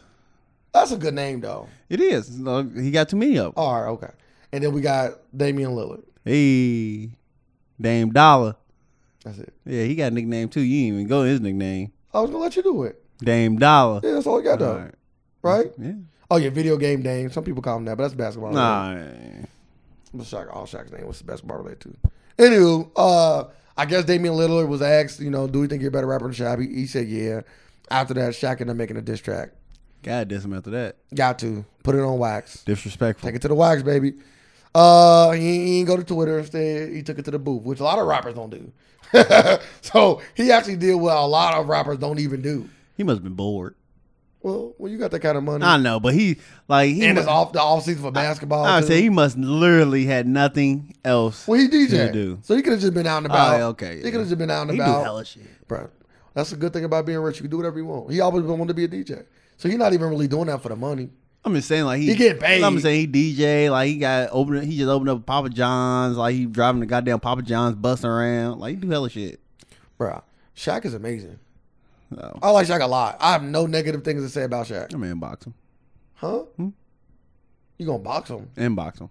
Speaker 2: That's a good name though.
Speaker 1: it is. No, He got too many of them.
Speaker 2: All right, okay. And then we got Damian Lillard.
Speaker 1: Hey, Dame Dollar.
Speaker 2: That's it.
Speaker 1: Yeah, he got a nickname too. You ain't even go to his nickname,
Speaker 2: I was gonna let you do it.
Speaker 1: Dame Dollar.
Speaker 2: Yeah, that's all you got though,
Speaker 1: All right.
Speaker 2: right?
Speaker 1: Yeah.
Speaker 2: Oh yeah, video game name. Some people call him that, but that's basketball.
Speaker 1: Nah.
Speaker 2: But Shaq, all Shaq's name was basketball related too. Anywho, uh, I guess Damian Lillard was asked, you know, do you think you're a better rapper than Shaq? He, he said, yeah. After that, Shaq ended up making a diss track.
Speaker 1: God damn after that.
Speaker 2: Got to put it on wax.
Speaker 1: Disrespectful.
Speaker 2: Take it to the wax, baby. Uh, he, he didn't go to Twitter instead. He took it to the booth, which a lot of rappers don't do. <laughs> so he actually did what a lot of rappers don't even do.
Speaker 1: He must have been bored.
Speaker 2: Well, when you got that kind of money,
Speaker 1: I know, but he like he
Speaker 2: and
Speaker 1: mu-
Speaker 2: it's off the off season for basketball.
Speaker 1: I would
Speaker 2: too.
Speaker 1: say he must literally had nothing else.
Speaker 2: well, he DJ,
Speaker 1: do.
Speaker 2: so he could have just been out and
Speaker 1: Oh,
Speaker 2: about.
Speaker 1: yeah, okay,
Speaker 2: he
Speaker 1: yeah.
Speaker 2: could have just been out and
Speaker 1: He do
Speaker 2: about.
Speaker 1: hella shit.
Speaker 2: Bruh, that's the good thing about being rich. You can do whatever you want. He always wanted to be a DJ, so he's not even really doing that for the money.
Speaker 1: I'm just saying, like he,
Speaker 2: He get paid.
Speaker 1: I'm just saying he DJ, like he got open. He just opened up Papa John's, like he driving the goddamn Papa John's, busting around, like he do hella shit.
Speaker 2: Bruh, Shaq is amazing.
Speaker 1: Oh.
Speaker 2: I like Shaq a lot. I have no negative things to say about Shaq.
Speaker 1: I'm gonna inbox him,
Speaker 2: Huh?
Speaker 1: Hmm?
Speaker 2: You gonna box him?
Speaker 1: inbox him.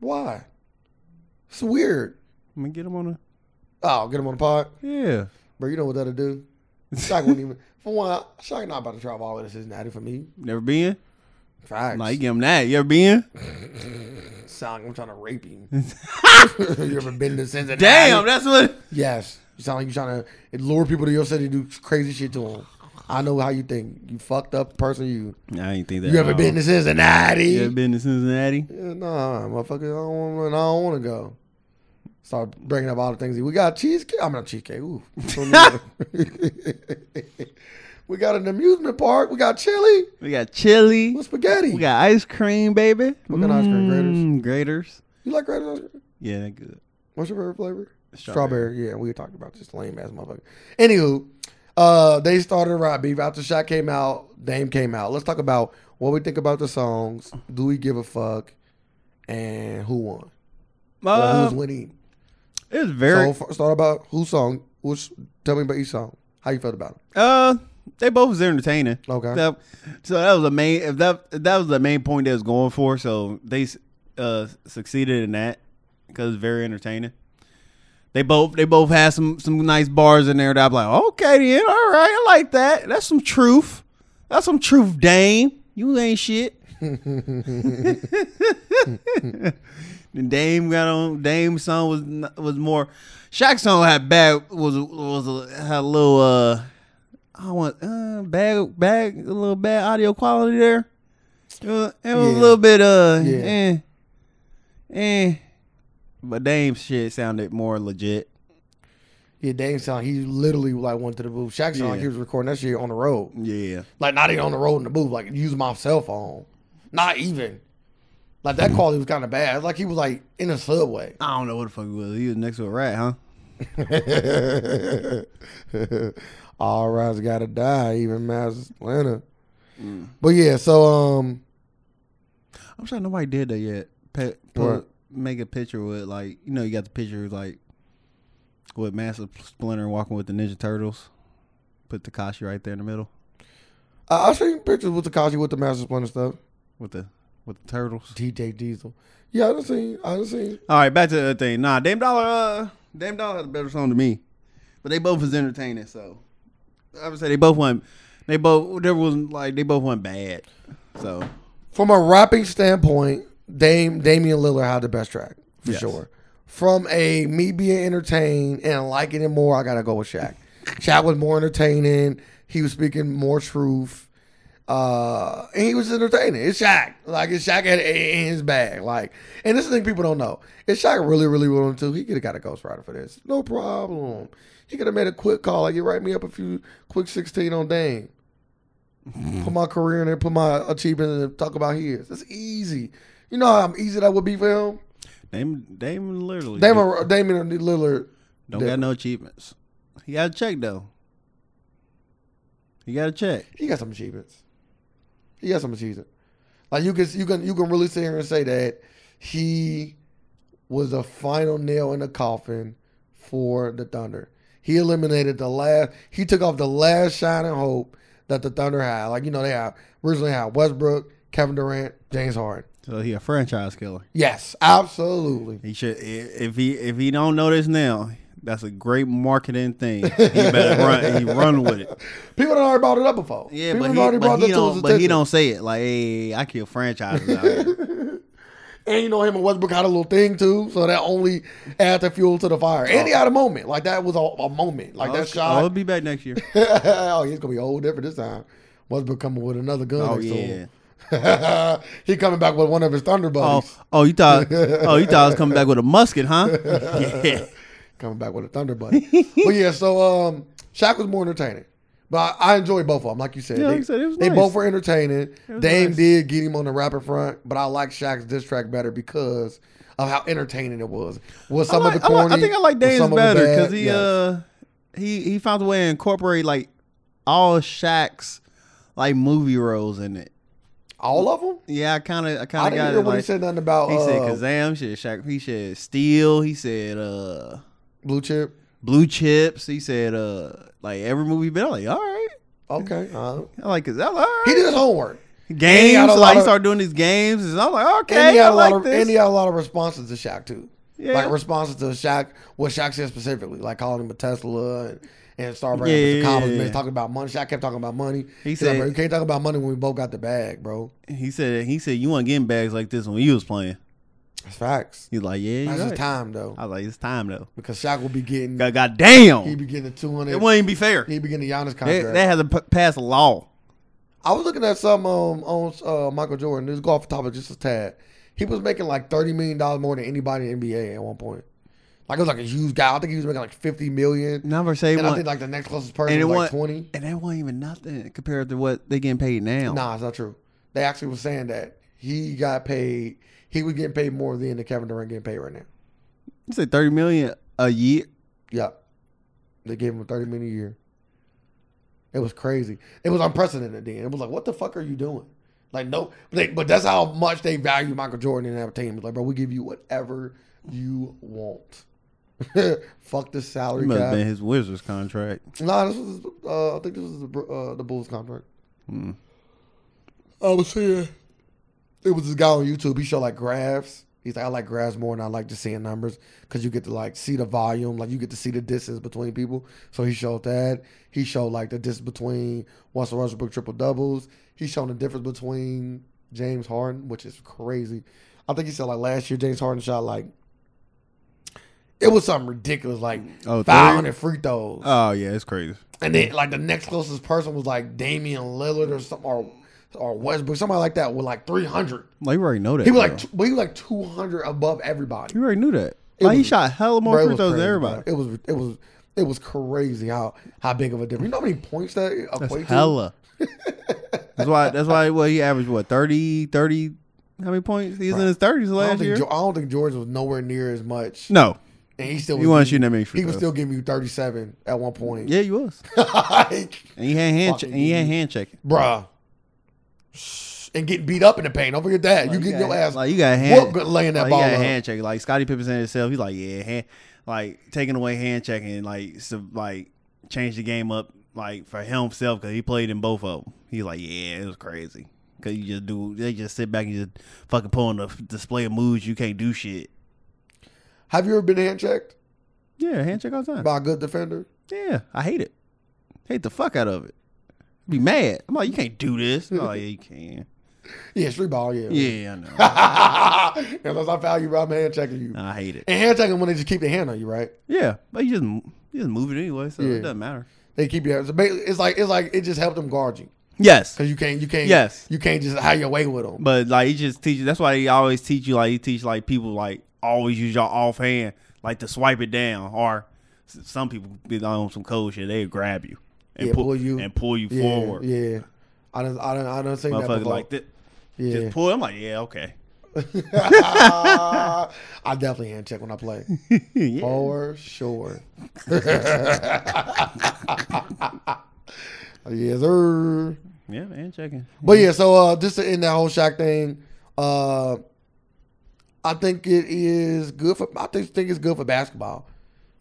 Speaker 2: Why? It's weird.
Speaker 1: I'm gonna get him on a
Speaker 2: Oh, get him on the pod.
Speaker 1: yeah.
Speaker 2: Bro, you know what that'll do. Shaq
Speaker 1: <laughs>
Speaker 2: wouldn't even. For one, Shaq not about to travel all the way to Cincinnati for me.
Speaker 1: Never been.
Speaker 2: Facts.
Speaker 1: Like you give him that. You ever been?
Speaker 2: sound like I'm trying to rape him.
Speaker 1: <laughs>
Speaker 2: <laughs> you ever been to Cincinnati?
Speaker 1: Damn, that's what.
Speaker 2: Yes. You sound like you're trying to lure people to your city to do crazy shit to them. I know how you think. You fucked up person you.
Speaker 1: I ain't think that.
Speaker 2: You ever
Speaker 1: at all.
Speaker 2: been to Cincinnati?
Speaker 1: You ever been to Cincinnati?
Speaker 2: Yeah, nah, motherfucker. I don't want. I don't want to go. Start bringing up all the things. We got cheesecake. I'm not cheesecake. Ooh. <laughs> we got an amusement park. We got chili.
Speaker 1: We got chili.
Speaker 2: With spaghetti.
Speaker 1: We got ice cream, baby.
Speaker 2: What kind of ice cream, graters?
Speaker 1: Mm, Graters.
Speaker 2: you like red ice cream?
Speaker 1: Yeah, that good.
Speaker 2: What's your favorite flavor?
Speaker 1: Strawberry.
Speaker 2: Strawberry. Yeah, we were talking about this lame ass motherfucker. Anywho, uh, they started a rap beef after Shaq came out. Dame came out. Let's talk about what we think about the songs. Do we give a fuck? And who won? Or
Speaker 1: Uh,
Speaker 2: who's winning?
Speaker 1: it's very.
Speaker 2: So f- start about who song. Which tell me about each song. How you felt about it?
Speaker 1: Uh, they both was entertaining.
Speaker 2: Okay.
Speaker 1: That- so that was the main. If that if that was the main point they was going for. So they uh succeeded in that because it's very entertaining. They both they both had some some nice bars in there that I'm like, okay then, all right, I like that. That's some truth. That's some truth, Dame. You ain't shit. The Dame got on. Dame's song was n- was more. Shaq's song had bad was was a, had a little uh I want uh bad bad a little bad audio quality there. It was, it was
Speaker 2: Yeah.
Speaker 1: a little bit uh
Speaker 2: Yeah.
Speaker 1: eh eh, but Dame's shit sounded more legit.
Speaker 2: Yeah, Dame sound. He literally like went to the booth. Shaq sound like
Speaker 1: Yeah.
Speaker 2: he was recording that shit on the road.
Speaker 1: Yeah,
Speaker 2: Like not even on the road in the booth. Like use my cell phone. Not even. Like that quality was kind of bad. It's Like he was like in a subway.
Speaker 1: I don't know what the fuck it was. He was next to a rat, huh?
Speaker 2: <laughs> All rats gotta die, even Mass Atlanta. But yeah, so um,
Speaker 1: I'm sure nobody did that yet. Pe-
Speaker 2: What?
Speaker 1: put, make a picture with like you know you got the picture of, like with Massive Splinter walking with the Ninja Turtles. Put Takashi right there in the middle
Speaker 2: I- I'll show you pictures with Takashi with the Master Splinter stuff.
Speaker 1: with the with the turtles.
Speaker 2: DJ Diesel. Yeah, I done seen. I done seen.
Speaker 1: All right, back to the other thing. Nah, Dame Dollar, uh, Dame Dollar had a better song than me, but they both was entertaining. So I would say they both went. They both there was like they both went bad. So
Speaker 2: From a rapping standpoint, Dame Damian Lillard had the best track for
Speaker 1: Yes.
Speaker 2: sure. From a me being entertained and liking it more, I gotta go with Shaq. Shaq was more entertaining. He was speaking more truth. Uh, and he was entertaining. It's Shaq. Like it's Shaq had it in his bag. Like, and this is the thing people don't know. If Shaq really, really willing to, he could have got a ghostwriter for this. No problem. He could have made a quick call. Like, you write me up a few quick sixteen on Dame put my career in there, put my achievements in there, talk about his. It's easy. You know how easy that would be for him?
Speaker 1: Dame Dame literally
Speaker 2: Damon, Damon Lillard,
Speaker 1: don't got no achievements. He got a check though. He got a check.
Speaker 2: he got some achievements. He got some achievements. Like you can you can you can really sit here and say that he was the final nail in the coffin for the Thunder. He eliminated the last he took off the last shining hope that the Thunder had. Like, you know, they had originally had Westbrook, Kevin Durant, James Harden.
Speaker 1: So he a franchise killer.
Speaker 2: Yes, absolutely.
Speaker 1: He should i- if he if he don't know this now, that's a great marketing thing. He better run he run with
Speaker 2: <laughs>
Speaker 1: it.
Speaker 2: People done already brought it up before.
Speaker 1: Yeah,
Speaker 2: People
Speaker 1: but
Speaker 2: done
Speaker 1: he, but he
Speaker 2: that to his
Speaker 1: don't but he
Speaker 2: attention. <laughs>
Speaker 1: don't say it like hey I kill franchises out here.
Speaker 2: And you know him and Westbrook had a little thing too, so that only added the fuel to the fire. And he had a moment, like that was a, a moment, like that
Speaker 1: Okay,
Speaker 2: shot.
Speaker 1: I'll be back next year.
Speaker 2: <laughs> oh, he's gonna be old different this time. Westbrook coming with another gun.
Speaker 1: Oh,
Speaker 2: next to him. <laughs> he coming back with one of his Thunder
Speaker 1: Oh,
Speaker 2: buddies.
Speaker 1: oh, you thought, oh, you thought I was coming back with a musket, huh?
Speaker 2: <laughs>
Speaker 1: Yeah.
Speaker 2: Coming back with a Thunder buddy. <laughs> but yeah, so um, Shaq was more entertaining. But I, I enjoyed both of them, like you said.
Speaker 1: Yeah,
Speaker 2: they
Speaker 1: like you said, it was
Speaker 2: they
Speaker 1: nice.
Speaker 2: both were entertaining.
Speaker 1: was
Speaker 2: Dame
Speaker 1: nice.
Speaker 2: did get him on the rapper front, but I like Shaq's diss track better because of how entertaining it was. Was some
Speaker 1: I, like,
Speaker 2: of
Speaker 1: I
Speaker 2: it
Speaker 1: like- I
Speaker 2: corny?
Speaker 1: think I like
Speaker 2: was
Speaker 1: Dame's
Speaker 2: some of it
Speaker 1: better
Speaker 2: bad?
Speaker 1: because he
Speaker 2: Yes.
Speaker 1: uh he he found a way to incorporate like all Shaq's like movie roles in it.
Speaker 2: all of them.
Speaker 1: Yeah, I kind of I
Speaker 2: I
Speaker 1: kind of
Speaker 2: didn't
Speaker 1: got
Speaker 2: hear
Speaker 1: it.
Speaker 2: when he
Speaker 1: Like,
Speaker 2: said nothing about
Speaker 1: he said
Speaker 2: uh,
Speaker 1: Kazam, shit, Shaq. He said Steel. He said uh
Speaker 2: blue chip.
Speaker 1: Blue Chips. He said uh like every movie. Been I'm like all right.
Speaker 2: Okay, uh,
Speaker 1: I like Kazam. All right.
Speaker 2: he did his homework. he got
Speaker 1: games.
Speaker 2: a
Speaker 1: like
Speaker 2: lot
Speaker 1: he
Speaker 2: of-
Speaker 1: started doing these games, and I'm like okay,
Speaker 2: and he
Speaker 1: I
Speaker 2: had a
Speaker 1: like
Speaker 2: lot of
Speaker 1: this.
Speaker 2: and he had a lot of responses to Shaq too.
Speaker 1: Yeah.
Speaker 2: Like responses to Shaq, what Shaq said specifically, like calling him a Tesla and, and Starbucks
Speaker 1: Yeah,
Speaker 2: with the
Speaker 1: yeah,
Speaker 2: compliments,
Speaker 1: yeah.
Speaker 2: talking about money. Shaq kept talking about money.
Speaker 1: He
Speaker 2: He's
Speaker 1: said-
Speaker 2: like, bro, you can't talk about money when we both got the bag, bro.
Speaker 1: he said he said you weren't getting bags like this when you was playing.
Speaker 2: That's facts.
Speaker 1: He's like yeah,
Speaker 2: That's
Speaker 1: you
Speaker 2: his
Speaker 1: right.
Speaker 2: time though,
Speaker 1: I was like it's time though.
Speaker 2: because Shaq will be getting
Speaker 1: God, God damn.
Speaker 2: he be getting the two
Speaker 1: it
Speaker 2: hundred.
Speaker 1: wouldn't even be fair.
Speaker 2: He be getting the Giannis
Speaker 1: They,
Speaker 2: contract.
Speaker 1: they had to p- pass a law.
Speaker 2: I was looking at some um, on uh, Michael Jordan. This golf topic just a tad. He was making like thirty million dollars more than anybody in the NBA at one point. Like it was like a huge guy. I think he was making like fifty million.
Speaker 1: Now for say
Speaker 2: And I
Speaker 1: one,
Speaker 2: think like the next closest person
Speaker 1: and it
Speaker 2: was like
Speaker 1: went-
Speaker 2: twenty.
Speaker 1: and that wasn't even nothing compared to what they getting paid now.
Speaker 2: Nah, it's not true. They actually were saying that he got paid. He was getting paid more than the Kevin Durant getting paid right now.
Speaker 1: You said thirty million a year.
Speaker 2: Yeah, they gave him thirty million a year. It was crazy. It was unprecedented. Then it was like, what the fuck are you doing? Like no, but, they, but that's how much they value Michael Jordan and that team. Like, bro, we give you whatever you want. <laughs> fuck the
Speaker 1: It
Speaker 2: salary
Speaker 1: must have
Speaker 2: cap.
Speaker 1: been his Wizards contract.
Speaker 2: Nah, this was. Uh, I think this was the, Bru- uh, the Bulls contract.
Speaker 1: Hmm.
Speaker 2: I was seeing. It was this guy on YouTube. He showed like graphs. He's like, I like graphs more than I like just seeing numbers because you get to like see the volume, like you get to see the distance between people. So he showed that. He showed like the distance between Russell Westbrook triple doubles. He showed the difference between James Harden, which is crazy. I think he said like last year James Harden shot like it was something ridiculous, like
Speaker 1: Oh,
Speaker 2: 500 free throws.
Speaker 1: Oh yeah, it's crazy.
Speaker 2: And then like the next closest person was like Damian Lillard or something or or Westbrook, somebody like that with like three hundred.
Speaker 1: Like you already know that.
Speaker 2: He was
Speaker 1: bro.
Speaker 2: like t- well, he was like two hundred above everybody.
Speaker 1: you already knew that. Like he
Speaker 2: was-
Speaker 1: shot hella more
Speaker 2: Bro, it
Speaker 1: free
Speaker 2: was
Speaker 1: throws than
Speaker 2: crazy,
Speaker 1: everybody.
Speaker 2: bro. It was it was it was crazy how how big of a difference. You know how many points that
Speaker 1: That's
Speaker 2: equate to? <laughs>
Speaker 1: hella. that's why. That's why. What he averaged what 30, 30 How many points? He was in his thirties
Speaker 2: I don't
Speaker 1: last
Speaker 2: think
Speaker 1: year.
Speaker 2: Jo- I don't think George was nowhere near as much.
Speaker 1: no.
Speaker 2: And he still
Speaker 1: He
Speaker 2: was
Speaker 1: wasn't
Speaker 2: giving-
Speaker 1: shooting that many free
Speaker 2: He was
Speaker 1: throws.
Speaker 2: still giving you thirty seven at one point.
Speaker 1: Yeah, he was.
Speaker 2: <laughs> Like,
Speaker 1: And he had hand. Che-
Speaker 2: Fucking
Speaker 1: and he had hand checking.
Speaker 2: bruh. And getting beat up in the paint. Don't forget that. you get
Speaker 1: got-
Speaker 2: your ass
Speaker 1: Like you got
Speaker 2: whooped
Speaker 1: hand.
Speaker 2: laying that
Speaker 1: like,
Speaker 2: ball
Speaker 1: he got
Speaker 2: up.
Speaker 1: hand checking. Like Scottie Pippen said himself, he's like, yeah, hand, like taking away hand checking, like so, like change the game up, like for himself because he played in both of them. He's like, yeah, it was crazy because you just do, they just sit back and just fucking put on the display of moves. You can't do shit.
Speaker 2: Have you ever been hand checked
Speaker 1: Yeah, hand check all the time.
Speaker 2: <laughs> by a good defender?
Speaker 1: Yeah, I hate it. Hate the fuck out of it. Be mad. I'm like, you can't do this. Oh, yeah, you can.
Speaker 2: Yeah, street ball, yeah.
Speaker 1: <laughs> Yeah, I know.
Speaker 2: <laughs> Unless I foul you, bro, I'm hand checking you.
Speaker 1: I hate <laughs> it.
Speaker 2: And hand checking when they just keep their hand on you, right?
Speaker 1: Yeah, but you just you just move it anyway, so
Speaker 2: Yeah.
Speaker 1: it doesn't matter.
Speaker 2: They keep your it's ba- it's like it's like it just helped them guard you
Speaker 1: Yes,
Speaker 2: because you can't you can't
Speaker 1: Yes.
Speaker 2: you can't just hide your way with them.
Speaker 1: But like he just teaches. That's why he always teach you. Like he teach like people like always use your offhand like to swipe it down. Or s- some people be on some cold shit. They grab you and
Speaker 2: Yeah,
Speaker 1: pull,
Speaker 2: pull you.
Speaker 1: and pull you
Speaker 2: yeah,
Speaker 1: forward.
Speaker 2: yeah. I done I done I done seen that
Speaker 1: Motherfucker
Speaker 2: before.
Speaker 1: like that.
Speaker 2: yeah,
Speaker 1: Just pull. I'm like yeah okay. <laughs>
Speaker 2: Ah, I definitely hand check when
Speaker 1: <laughs>
Speaker 2: I play
Speaker 1: Yeah.
Speaker 2: for
Speaker 1: <laughs>
Speaker 2: sure. <laughs> yes, sir.
Speaker 1: Yeah man checking.
Speaker 2: But yeah, so uh, just to end that whole Shaq thing, uh, I think it is good for. I think think it's good for basketball.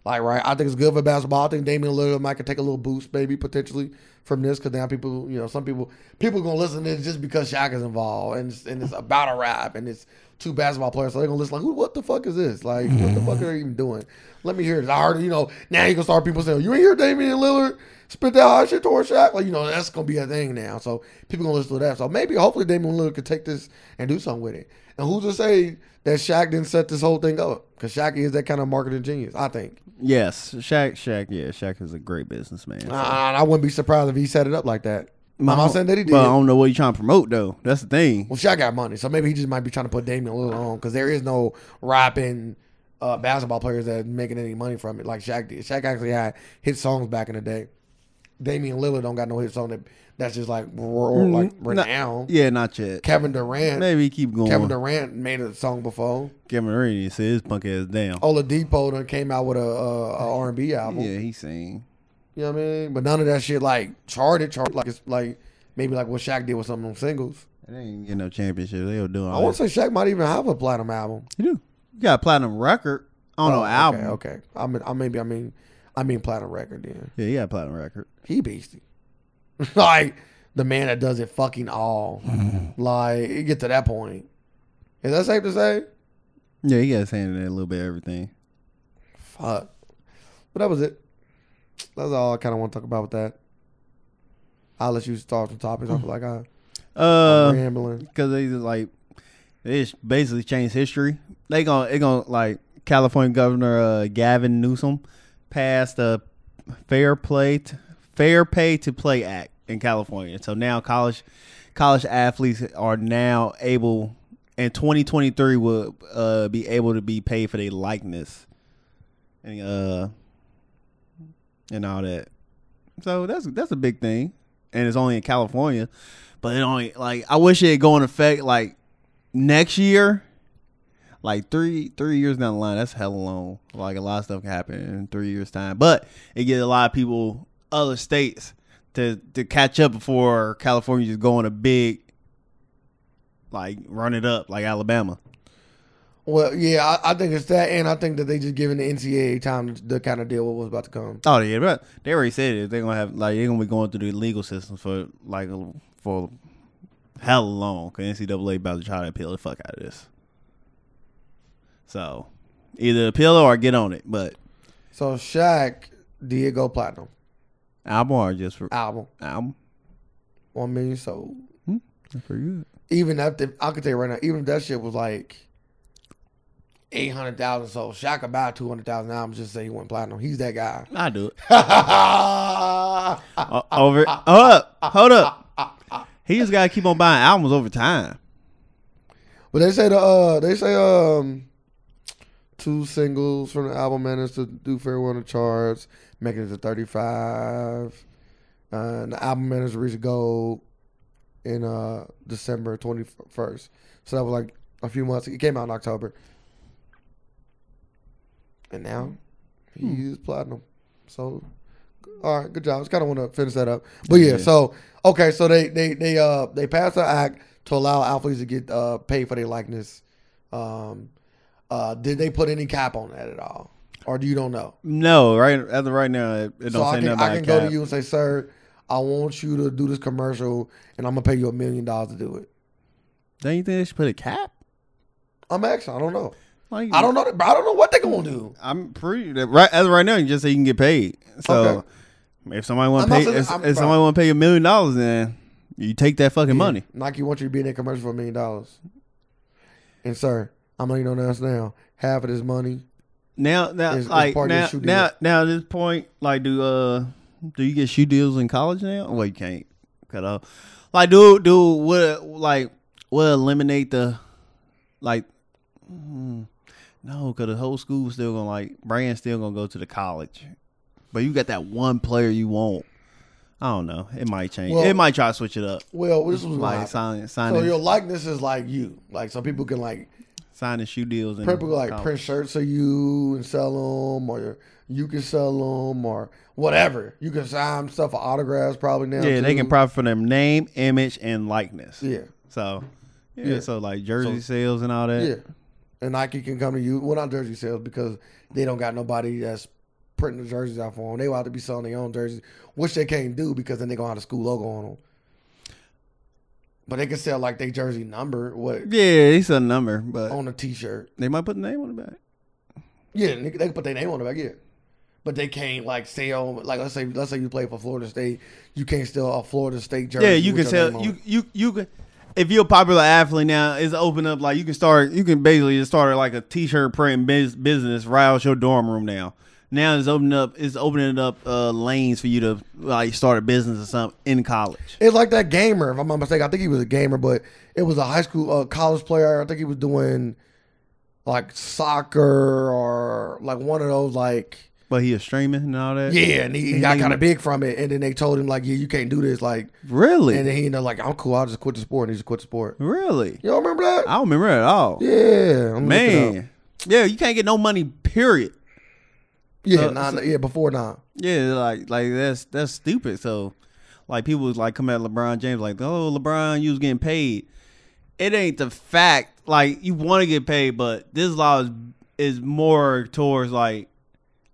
Speaker 2: Like right, I think it's good for basketball. I think Damian Lillard might could take a little boost, maybe potentially from this, because now people, you know, some people people gonna listen to this just because Shaq is involved, and it's, and it's about a rap, and it's two basketball players, so they're gonna listen like, "Who? What the fuck is this? Like, what the fuck are they even doing?" Let me hear this. I heard, you know, now you gonna start people saying, "You ain't hear Damian Lillard spit that hot shit towards Shaq." Like, you know, that's gonna be a thing now. So people gonna listen to that. So maybe, hopefully, Damian Lillard could take this and do something with it. And who's to say that Shaq didn't set this whole thing up? Because Shaq is that kind of marketing genius, I think.
Speaker 1: Yes, Shaq. Shaq. Yeah, Shaq is a great businessman. so-
Speaker 2: Uh, I wouldn't be surprised if he set it up like that. I'm not saying that he did.
Speaker 1: But um, I don't know what you trying to promote though. That's the thing.
Speaker 2: Well, Shaq got money, so maybe he just might be trying to put Damian Lillard on because there is no rapping uh, basketball players that are making any money from it like Shaq did. Shaq actually had hit songs back in the day. Damian Lillard don't got no hit song that that's just like roar, like renowned.
Speaker 1: Yeah, not yet.
Speaker 2: Kevin Durant,
Speaker 1: Mm-hmm. Maybe keep going.
Speaker 2: Kevin
Speaker 1: Kevin Durant.
Speaker 2: Durant made a song before.
Speaker 1: Kevin Durant said his punk ass
Speaker 2: Oh,
Speaker 1: down.
Speaker 2: Oladipo done came out with a, a, a R&B album.
Speaker 1: yeah, he sing.
Speaker 2: You know what I mean? But none of that shit like charted, charted like it's like maybe like what Shaq did with some of them singles.
Speaker 1: They ain't get no championship. They were doing.
Speaker 2: I
Speaker 1: All
Speaker 2: want
Speaker 1: that.
Speaker 2: to say Shaq might even have a platinum album. Oh,
Speaker 1: You do. You got a platinum record on an
Speaker 2: okay,
Speaker 1: Oh, album.
Speaker 2: Okay, I mean, I maybe I mean, I mean platinum record. Then
Speaker 1: Yeah, you got a platinum record.
Speaker 2: he beastie, <laughs> like the man that does it
Speaker 1: <laughs>
Speaker 2: fucking all. like it get to that point. Is that safe to say?
Speaker 1: Yeah, he got his hand in a little bit of everything.
Speaker 2: Fuck. But that was it. That's all I kind of want to talk about with that. I'll let you start some topics. I feel like I, I'm
Speaker 1: Uh,
Speaker 2: rambling.
Speaker 1: because they just like they just basically changed history. They gonna they gonna like California Governor uh, Gavin Newsom passed a fair play t- fair pay to play act in California. So now college college athletes are now able in 2023 will uh, be able to be paid for their likeness and uh and all that. So that's that's a big thing, and it's only in California, but it only like I wish it go in effect like next year, like three three years down the line. That's hella long. Like a lot of stuff can happen in three years time, but it get a lot of people other states to to catch up before California just going a big like run it up like Alabama.
Speaker 2: Well, yeah, I, I think it's that, and I think that they just giving the NCAA time to, to kind of deal with what's about to come.
Speaker 1: Oh yeah, but they already said it. They're gonna have like they're gonna be going through the legal system for like for how long? Cause NCAA about to try to appeal the fuck out of this. So either appeal or get on it. But
Speaker 2: So Shaq did go platinum
Speaker 1: album or just for
Speaker 2: album,
Speaker 1: album,
Speaker 2: one million sold.
Speaker 1: that's pretty good.
Speaker 2: even if the, I can tell you right now, even if that shit was like eight hundred thousand, so Shaq could buy two hundred thousand albums just to say he went platinum. He's that guy.
Speaker 1: I do it.
Speaker 2: I
Speaker 1: O- over
Speaker 2: ah,
Speaker 1: up, hold up. He just gotta keep on buying albums over time.
Speaker 2: But they say the uh, they say um, two singles from the album managed to do very well in the charts, making it to thirty five. Uh, and the album managed to reach gold in uh December twenty first. So that was like a few months. It came out in October, and now he is platinum. So. All right, good job. Just kind of want to finish that up, but yeah.
Speaker 1: Yeah.
Speaker 2: So okay, so they they they uh they passed an act to allow athletes to get uh paid for their likeness. Um, uh, did they put any cap on that at all, or do you don't know?
Speaker 1: No, right as of right now, it, it don't
Speaker 2: so
Speaker 1: say
Speaker 2: I
Speaker 1: nothing
Speaker 2: can,
Speaker 1: about
Speaker 2: I can
Speaker 1: cap.
Speaker 2: go to you and say, sir, I want you to do this commercial, and I'm gonna pay you a million dollars to do it.
Speaker 1: Don't you think they should put a cap?
Speaker 2: I'm asking. I don't know.
Speaker 1: Like,
Speaker 2: I don't know. I don't know what they're gonna do.
Speaker 1: I'm pretty that- right as of right now. You just say you can get paid. So if somebody want
Speaker 2: I'm
Speaker 1: to
Speaker 2: not
Speaker 1: pay,
Speaker 2: saying-
Speaker 1: if,
Speaker 2: I'm-
Speaker 1: if somebody want to pay you a million dollars, then you take that fucking money.
Speaker 2: Nike wants you to be in that commercial for a million dollars. And sir, I'm letting you know this now. Half of this money,
Speaker 1: Now, now,
Speaker 2: It's- it's
Speaker 1: like
Speaker 2: part of your
Speaker 1: now,
Speaker 2: shoe deal.
Speaker 1: now, now, at this point, like, do uh, do you get shoe deals in college now? Well, you can't cut off. Like, do do what? Like, what eliminate the like? mm, no, because the whole school still gonna like brand still gonna go to the college, but you got that one player you want. I don't know. It might change.
Speaker 2: Well-
Speaker 1: it might try to switch it up.
Speaker 2: well, this was my
Speaker 1: like sign sign
Speaker 2: So your likeness is like you. Like some people can like
Speaker 1: signing shoe deals and
Speaker 2: people like print shirts of you and sell them, or you can sell them, or whatever. You can sign stuff for autographs probably now.
Speaker 1: yeah they
Speaker 2: too.
Speaker 1: can profit from their name image and likeness
Speaker 2: Yeah,
Speaker 1: so yeah,
Speaker 2: Yeah.
Speaker 1: so like jersey sales and all that
Speaker 2: yeah. And Nike can come to you. Well, not jersey sales because they don't got nobody that's printing the jerseys out for them. They will have to be selling their own jerseys, which they can't do because then they gonna have the school logo on them. But they could sell like they jersey number what
Speaker 1: Yeah, it's a number, but
Speaker 2: on a t shirt.
Speaker 1: they might put the name on the back.
Speaker 2: Yeah, they, they could put their name on the back, yeah. But they can't like sell like let's say let's say you play for Florida State, you can't sell a Florida State jersey.
Speaker 1: Yeah, you
Speaker 2: with
Speaker 1: can
Speaker 2: your name
Speaker 1: sell
Speaker 2: on
Speaker 1: you
Speaker 2: it.
Speaker 1: you you can. If you're a popular athlete now, it's open up like you can start. You can basically just start like a t-shirt printing biz, business right out your dorm room now. Now it's opening up. It's opening up uh, lanes for you to like start a business or something in college.
Speaker 2: It's like that gamer, if I'm not mistaken. I think he was a gamer, but it was a high school uh, college player. I think he was doing like soccer or like one of those like
Speaker 1: But he is streaming and all that.
Speaker 2: yeah, and he, he got
Speaker 1: Anything-
Speaker 2: kind of big from it. And then they told him like, yeah, you can't do this. Like,
Speaker 1: really,
Speaker 2: and then he you know like I'm cool. I'll just quit the sport. And he just quit the sport.
Speaker 1: really.
Speaker 2: You don't remember that?
Speaker 1: I don't remember it at all.
Speaker 2: yeah, I'm man.
Speaker 1: Man, yeah, you can't get no money. Period.
Speaker 2: Yeah,
Speaker 1: Uh,
Speaker 2: nah, yeah, before nah.
Speaker 1: Yeah, like like that's that's stupid. So, like people was like coming at LeBron James like, oh LeBron, you was getting paid. It ain't the fact. Like you want to get paid, but this law is is more towards like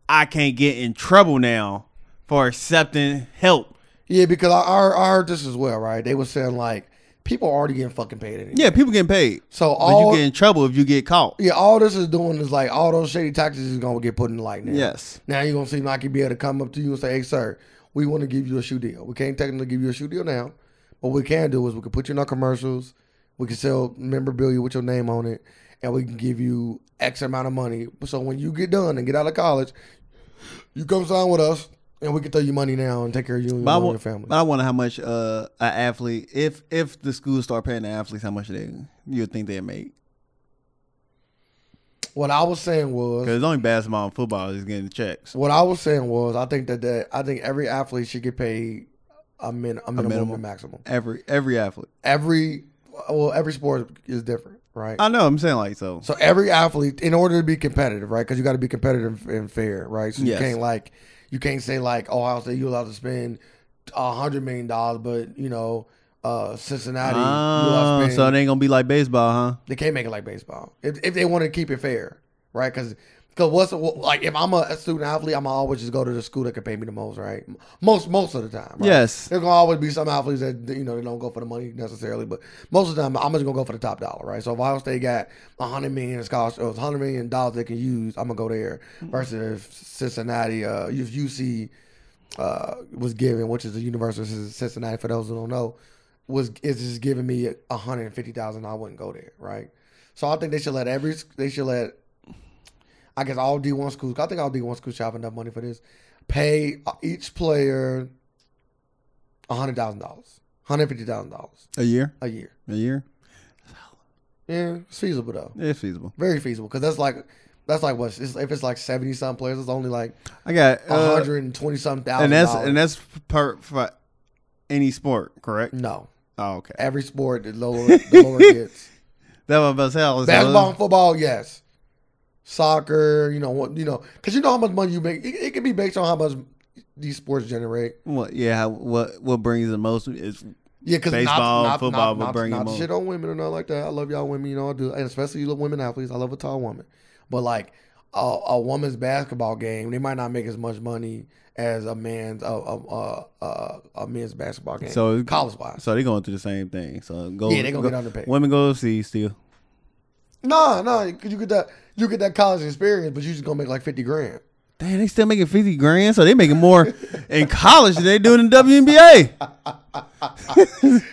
Speaker 1: I can't get in trouble now for accepting help.
Speaker 2: Yeah, because I, I, I heard this as well, right? They were saying like people are already getting fucking paid anyway.
Speaker 1: Yeah, people getting paid,
Speaker 2: So
Speaker 1: but
Speaker 2: all
Speaker 1: you get in trouble if you get caught.
Speaker 2: yeah, all this is doing is like all those shady tactics is gonna get put in the light now.
Speaker 1: Yes.
Speaker 2: Now you're gonna see Nike be able to come up to you and say, Hey sir, we wanna give you a shoe deal. We can't technically give you a shoe deal now. What we can do is we can put you in our commercials, we can sell memorabilia with your name on it, and we can give you X amount of money. So when you get done and get out of college, you come sign with us and we can throw you money now and take care of you and your,
Speaker 1: But I,
Speaker 2: mom and
Speaker 1: wa-
Speaker 2: your family.
Speaker 1: but I wonder how much uh, an athlete, if if the schools start paying the athletes, how much they you would think they make?
Speaker 2: What I was saying was
Speaker 1: Because only basketball and football is getting checks.
Speaker 2: What I was saying was, I think that, that I think every athlete should get paid a min a minimum,
Speaker 1: minimum.
Speaker 2: and maximum.
Speaker 1: Every every athlete.
Speaker 2: Every well, every sport is different, right?
Speaker 1: I know. I'm saying like so.
Speaker 2: so every athlete, in order to be competitive, right? Because you got to be competitive and fair, right? So you
Speaker 1: Yes.
Speaker 2: can't like you can't say like "Oh, Ohio State you allowed to spend a hundred million dollars, but you know uh Cincinnati you allowed
Speaker 1: Ah,
Speaker 2: to spend.
Speaker 1: so it ain't gonna be like baseball, huh?
Speaker 2: They can't make it like baseball if, if they want to keep it fair, right? Because what's like if I'm a student athlete, I'm always just go to the school that can pay me the most, right? Most most of the time, right?
Speaker 1: Yes.
Speaker 2: There's gonna always be some athletes that you know they don't go for the money necessarily, but most of the time I'm just gonna go for the top dollar, right? So if Ohio State got a hundred million scholarship, or hundred million dollars they can use, I'm gonna go there. Versus if Cincinnati, uh, if UC uh, was given, which is the University of Cincinnati, for those who don't know, was is just giving me a hundred and fifty thousand, I wouldn't go there, right? So I think they should let every they should let I guess all D one schools. I think all D one schools should have enough money for this. Pay uh, each player hundred thousand dollars, hundred fifty thousand dollars
Speaker 1: A year,
Speaker 2: a year.
Speaker 1: a year.
Speaker 2: Yeah, it's feasible though,
Speaker 1: It's feasible.
Speaker 2: very feasible because that's like that's like what it's, if it's like seventy some players, it's only like
Speaker 1: I got uh,
Speaker 2: hundred and twenty some thousand.
Speaker 1: and that's and
Speaker 2: that's
Speaker 1: that's per for any sport, correct?
Speaker 2: no
Speaker 1: Oh, okay.
Speaker 2: every sport the lower the lower it
Speaker 1: <laughs>
Speaker 2: gets.
Speaker 1: That was about hell. So-
Speaker 2: Basketball and football, yes. Soccer, you know, what- you know, because you know how much money you make. It, it can be based on how much these sports generate.
Speaker 1: What? Yeah. how- What? What brings the most is
Speaker 2: Yeah, because
Speaker 1: Baseball,
Speaker 2: not, not,
Speaker 1: football
Speaker 2: not,
Speaker 1: will
Speaker 2: not,
Speaker 1: bring
Speaker 2: not
Speaker 1: them
Speaker 2: to
Speaker 1: on.
Speaker 2: shit on women or nothing like that. I love y'all women, you know I do, and especially you love women athletes. I love a tall woman, but like a, a woman's basketball game, they might not make as much money as a man's a a a, a, a men's basketball game.
Speaker 1: So-
Speaker 2: college wise,
Speaker 1: so they going through the same thing. So go.
Speaker 2: Yeah, they gonna
Speaker 1: go,
Speaker 2: get underpaid.
Speaker 1: Women go overseas still.
Speaker 2: no, no, because you get that you get that college experience, but you just gonna make like fifty grand.
Speaker 1: Damn, they still making fifty grand. So they making
Speaker 2: <laughs>
Speaker 1: more in college than they do in the WNBA.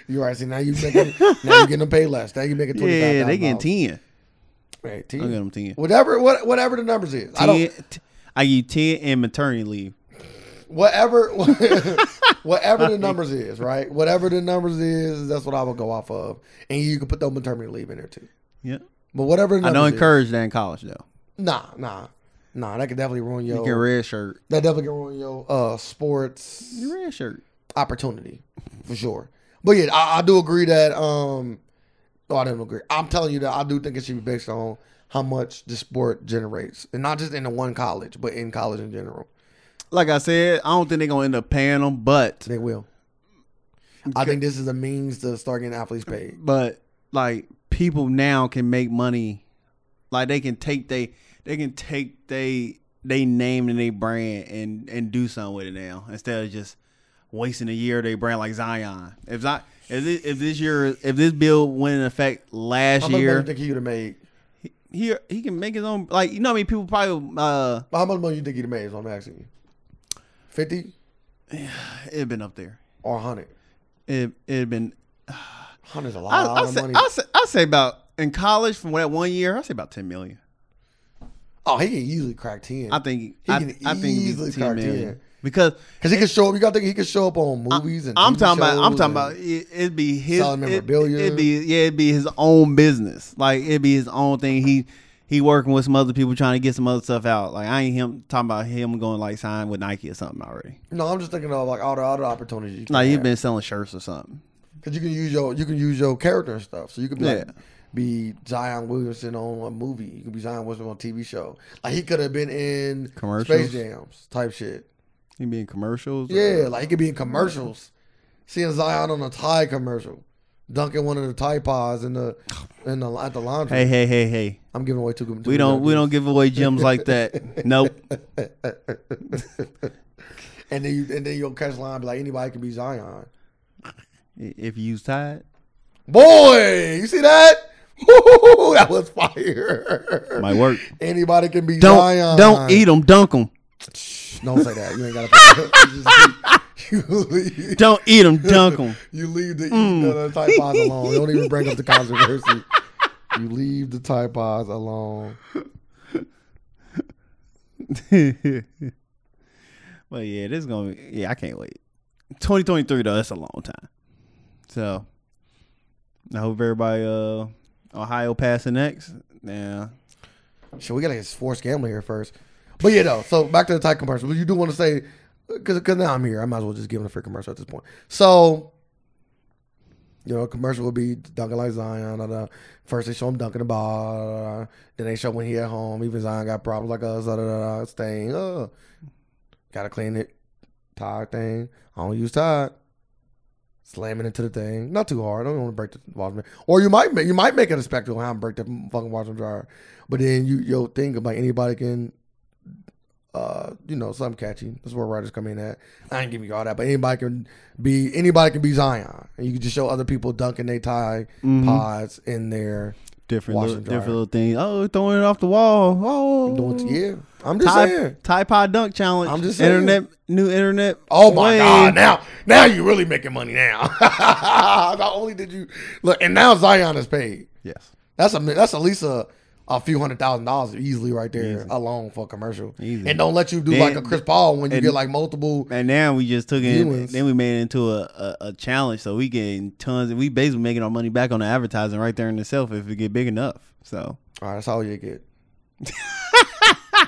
Speaker 2: You're right. See now
Speaker 1: <laughs>
Speaker 2: you making now you getting them paid less. Now you making twenty five.
Speaker 1: Yeah, they getting ten.
Speaker 2: Right,
Speaker 1: I get
Speaker 2: team.
Speaker 1: them ten.
Speaker 2: Whatever, what, whatever the numbers is. I
Speaker 1: Ten.
Speaker 2: don't.
Speaker 1: t- I give you ten and maternity leave.
Speaker 2: Whatever, <laughs> whatever the numbers is. Right. Whatever the numbers is, that's what I would go off of. And you can put the maternity leave in there too.
Speaker 1: Yeah.
Speaker 2: But whatever. The
Speaker 1: I
Speaker 2: numbers
Speaker 1: don't
Speaker 2: is-
Speaker 1: encourage that in college though.
Speaker 2: Nah, nah, nah. That could definitely ruin
Speaker 1: You can
Speaker 2: your.
Speaker 1: red shirt.
Speaker 2: That definitely can ruin your uh sports.
Speaker 1: Red shirt.
Speaker 2: opportunity for sure. But yeah, I, I do agree that. um No, I don't agree. I'm telling you that I do think it should be based on how much the sport generates, and not just in the one college, but in college in general.
Speaker 1: Like I said, I don't think they're gonna end up paying them, but
Speaker 2: They will. I think this is a means to start getting athletes paid.
Speaker 1: but like people now can make money. Like they can take they they can take they they name and they brand and and do something with it now instead of just wasting a year of their brand like Zion. If not, if this, if this year, if this bill went in effect
Speaker 2: How
Speaker 1: last
Speaker 2: much money you
Speaker 1: year,
Speaker 2: think he would have made?
Speaker 1: he he can make his own. Like you know, how many people probably uh,
Speaker 2: How much money you think he'd have made? Is what I'm asking you. Fifty
Speaker 1: it'd been up there.
Speaker 2: or hundred?
Speaker 1: It it'd been.
Speaker 2: Hundred's a
Speaker 1: I,
Speaker 2: lot
Speaker 1: I
Speaker 2: of
Speaker 1: say
Speaker 2: money.
Speaker 1: I say I say about in college from that one year. I say about ten million.
Speaker 2: oh, he can easily crack ten.
Speaker 1: I think
Speaker 2: He
Speaker 1: I,
Speaker 2: can
Speaker 1: I think it'd
Speaker 2: easily
Speaker 1: be ten
Speaker 2: crack
Speaker 1: million
Speaker 2: 10.
Speaker 1: because
Speaker 2: Because he could show up. You got to think he could show up on movies and
Speaker 1: I'm
Speaker 2: TV
Speaker 1: talking about. I'm
Speaker 2: shows
Speaker 1: talking
Speaker 2: and-
Speaker 1: about. It, it'd be his.
Speaker 2: Selling
Speaker 1: It,
Speaker 2: memorabilia.
Speaker 1: it'd be yeah. It'd be his own business. Like it'd be his own thing. He he working with some other people trying to get some other stuff out. Like I ain't him talking about him going like sign with Nike or something already.
Speaker 2: No, I'm just thinking of like all the other opportunities. You can
Speaker 1: Like
Speaker 2: have.
Speaker 1: he's been selling shirts or something.
Speaker 2: Cause you can use your you can use your character and stuff. So you could be like,
Speaker 1: Yeah.
Speaker 2: be Zion Williamson on a movie. You could be Zion Williamson on a TV show. Like he could have been in
Speaker 1: Commercials?
Speaker 2: Space Jams type shit.
Speaker 1: He be in commercials. or-
Speaker 2: Yeah, like he could be in commercials. Seeing Zion on a Tide commercial, dunking one of the Tide pods in the in the at the laundry.
Speaker 1: Hey hey hey hey.
Speaker 2: I'm giving away two. two
Speaker 1: We don't we don't give away gems like
Speaker 2: <laughs>
Speaker 1: that. Nope.
Speaker 2: And then you and then your catch line be like anybody can be Zion.
Speaker 1: If you use Tide,
Speaker 2: Boy, you see that? <laughs> Woo, that was fire.
Speaker 1: <laughs> might work.
Speaker 2: Anybody can be
Speaker 1: Don't
Speaker 2: Zion.
Speaker 1: don't eat them. Dunk them.
Speaker 2: Don't say that. You ain't gotta. you, leave, <laughs>
Speaker 1: Don't Mm. eat them. Dunk them.
Speaker 2: you leave the eating of the Tide Pods alone. Don't even bring
Speaker 1: <laughs>
Speaker 2: up the controversy. You leave the Tide Pods alone.
Speaker 1: well, yeah, this is gonna. Be, yeah, I can't wait. Twenty twenty three though, that's a long time. So, I hope everybody, uh, Ohio passing next. Yeah,
Speaker 2: Shit, we gotta get sports gambling here first. But yeah, though. So back to the Tide commercial. But you do want to say, because now I'm here, I might as well just give them a free commercial at this point. So, you know, commercial would be Duncan like Zion. Da, da. First they show him dunking the ball. da, da, da. Then they show when he at home. Even Zion got problems like us. Da, da, da, da. Stain. Uh, gotta clean it. Tide thing. I don't use Tide. Slamming into the thing, not too hard. I don't want to break the washroom. Or you might make, you might make it a spectacle how I break the fucking washroom dryer. But then you you'll think of like anybody can, uh, you know, something catchy. That's where writers come in at. I ain't giving you all that, but anybody can be anybody can be Zion, and you can just show other people dunking they tie
Speaker 1: Mhm.
Speaker 2: pods in there.
Speaker 1: different
Speaker 2: Wash
Speaker 1: little,
Speaker 2: and dryer.
Speaker 1: different little things. Oh, throwing it off the wall. Oh,
Speaker 2: Doing, yeah, I'm just
Speaker 1: Tide
Speaker 2: saying.
Speaker 1: Tide Pod Dunk Challenge.
Speaker 2: I'm just
Speaker 1: internet new internet.
Speaker 2: Oh my
Speaker 1: way.
Speaker 2: God! Now, now you really making money now. <laughs> Not only did you look, and now Zion is paid.
Speaker 1: Yes,
Speaker 2: That's a that's at least a, a few hundred thousand dollars easily right there alone for a commercial.
Speaker 1: Easy.
Speaker 2: And don't let you do
Speaker 1: Then-
Speaker 2: like a Chris Paul when you
Speaker 1: and-
Speaker 2: get like multiple.
Speaker 1: and now we just took it.
Speaker 2: Viewings.
Speaker 1: Then we made it into a, a, a challenge. So we getting tons, and we basically making our money back on the advertising right there in itself if we get big enough. So.
Speaker 2: All right, that's all you get.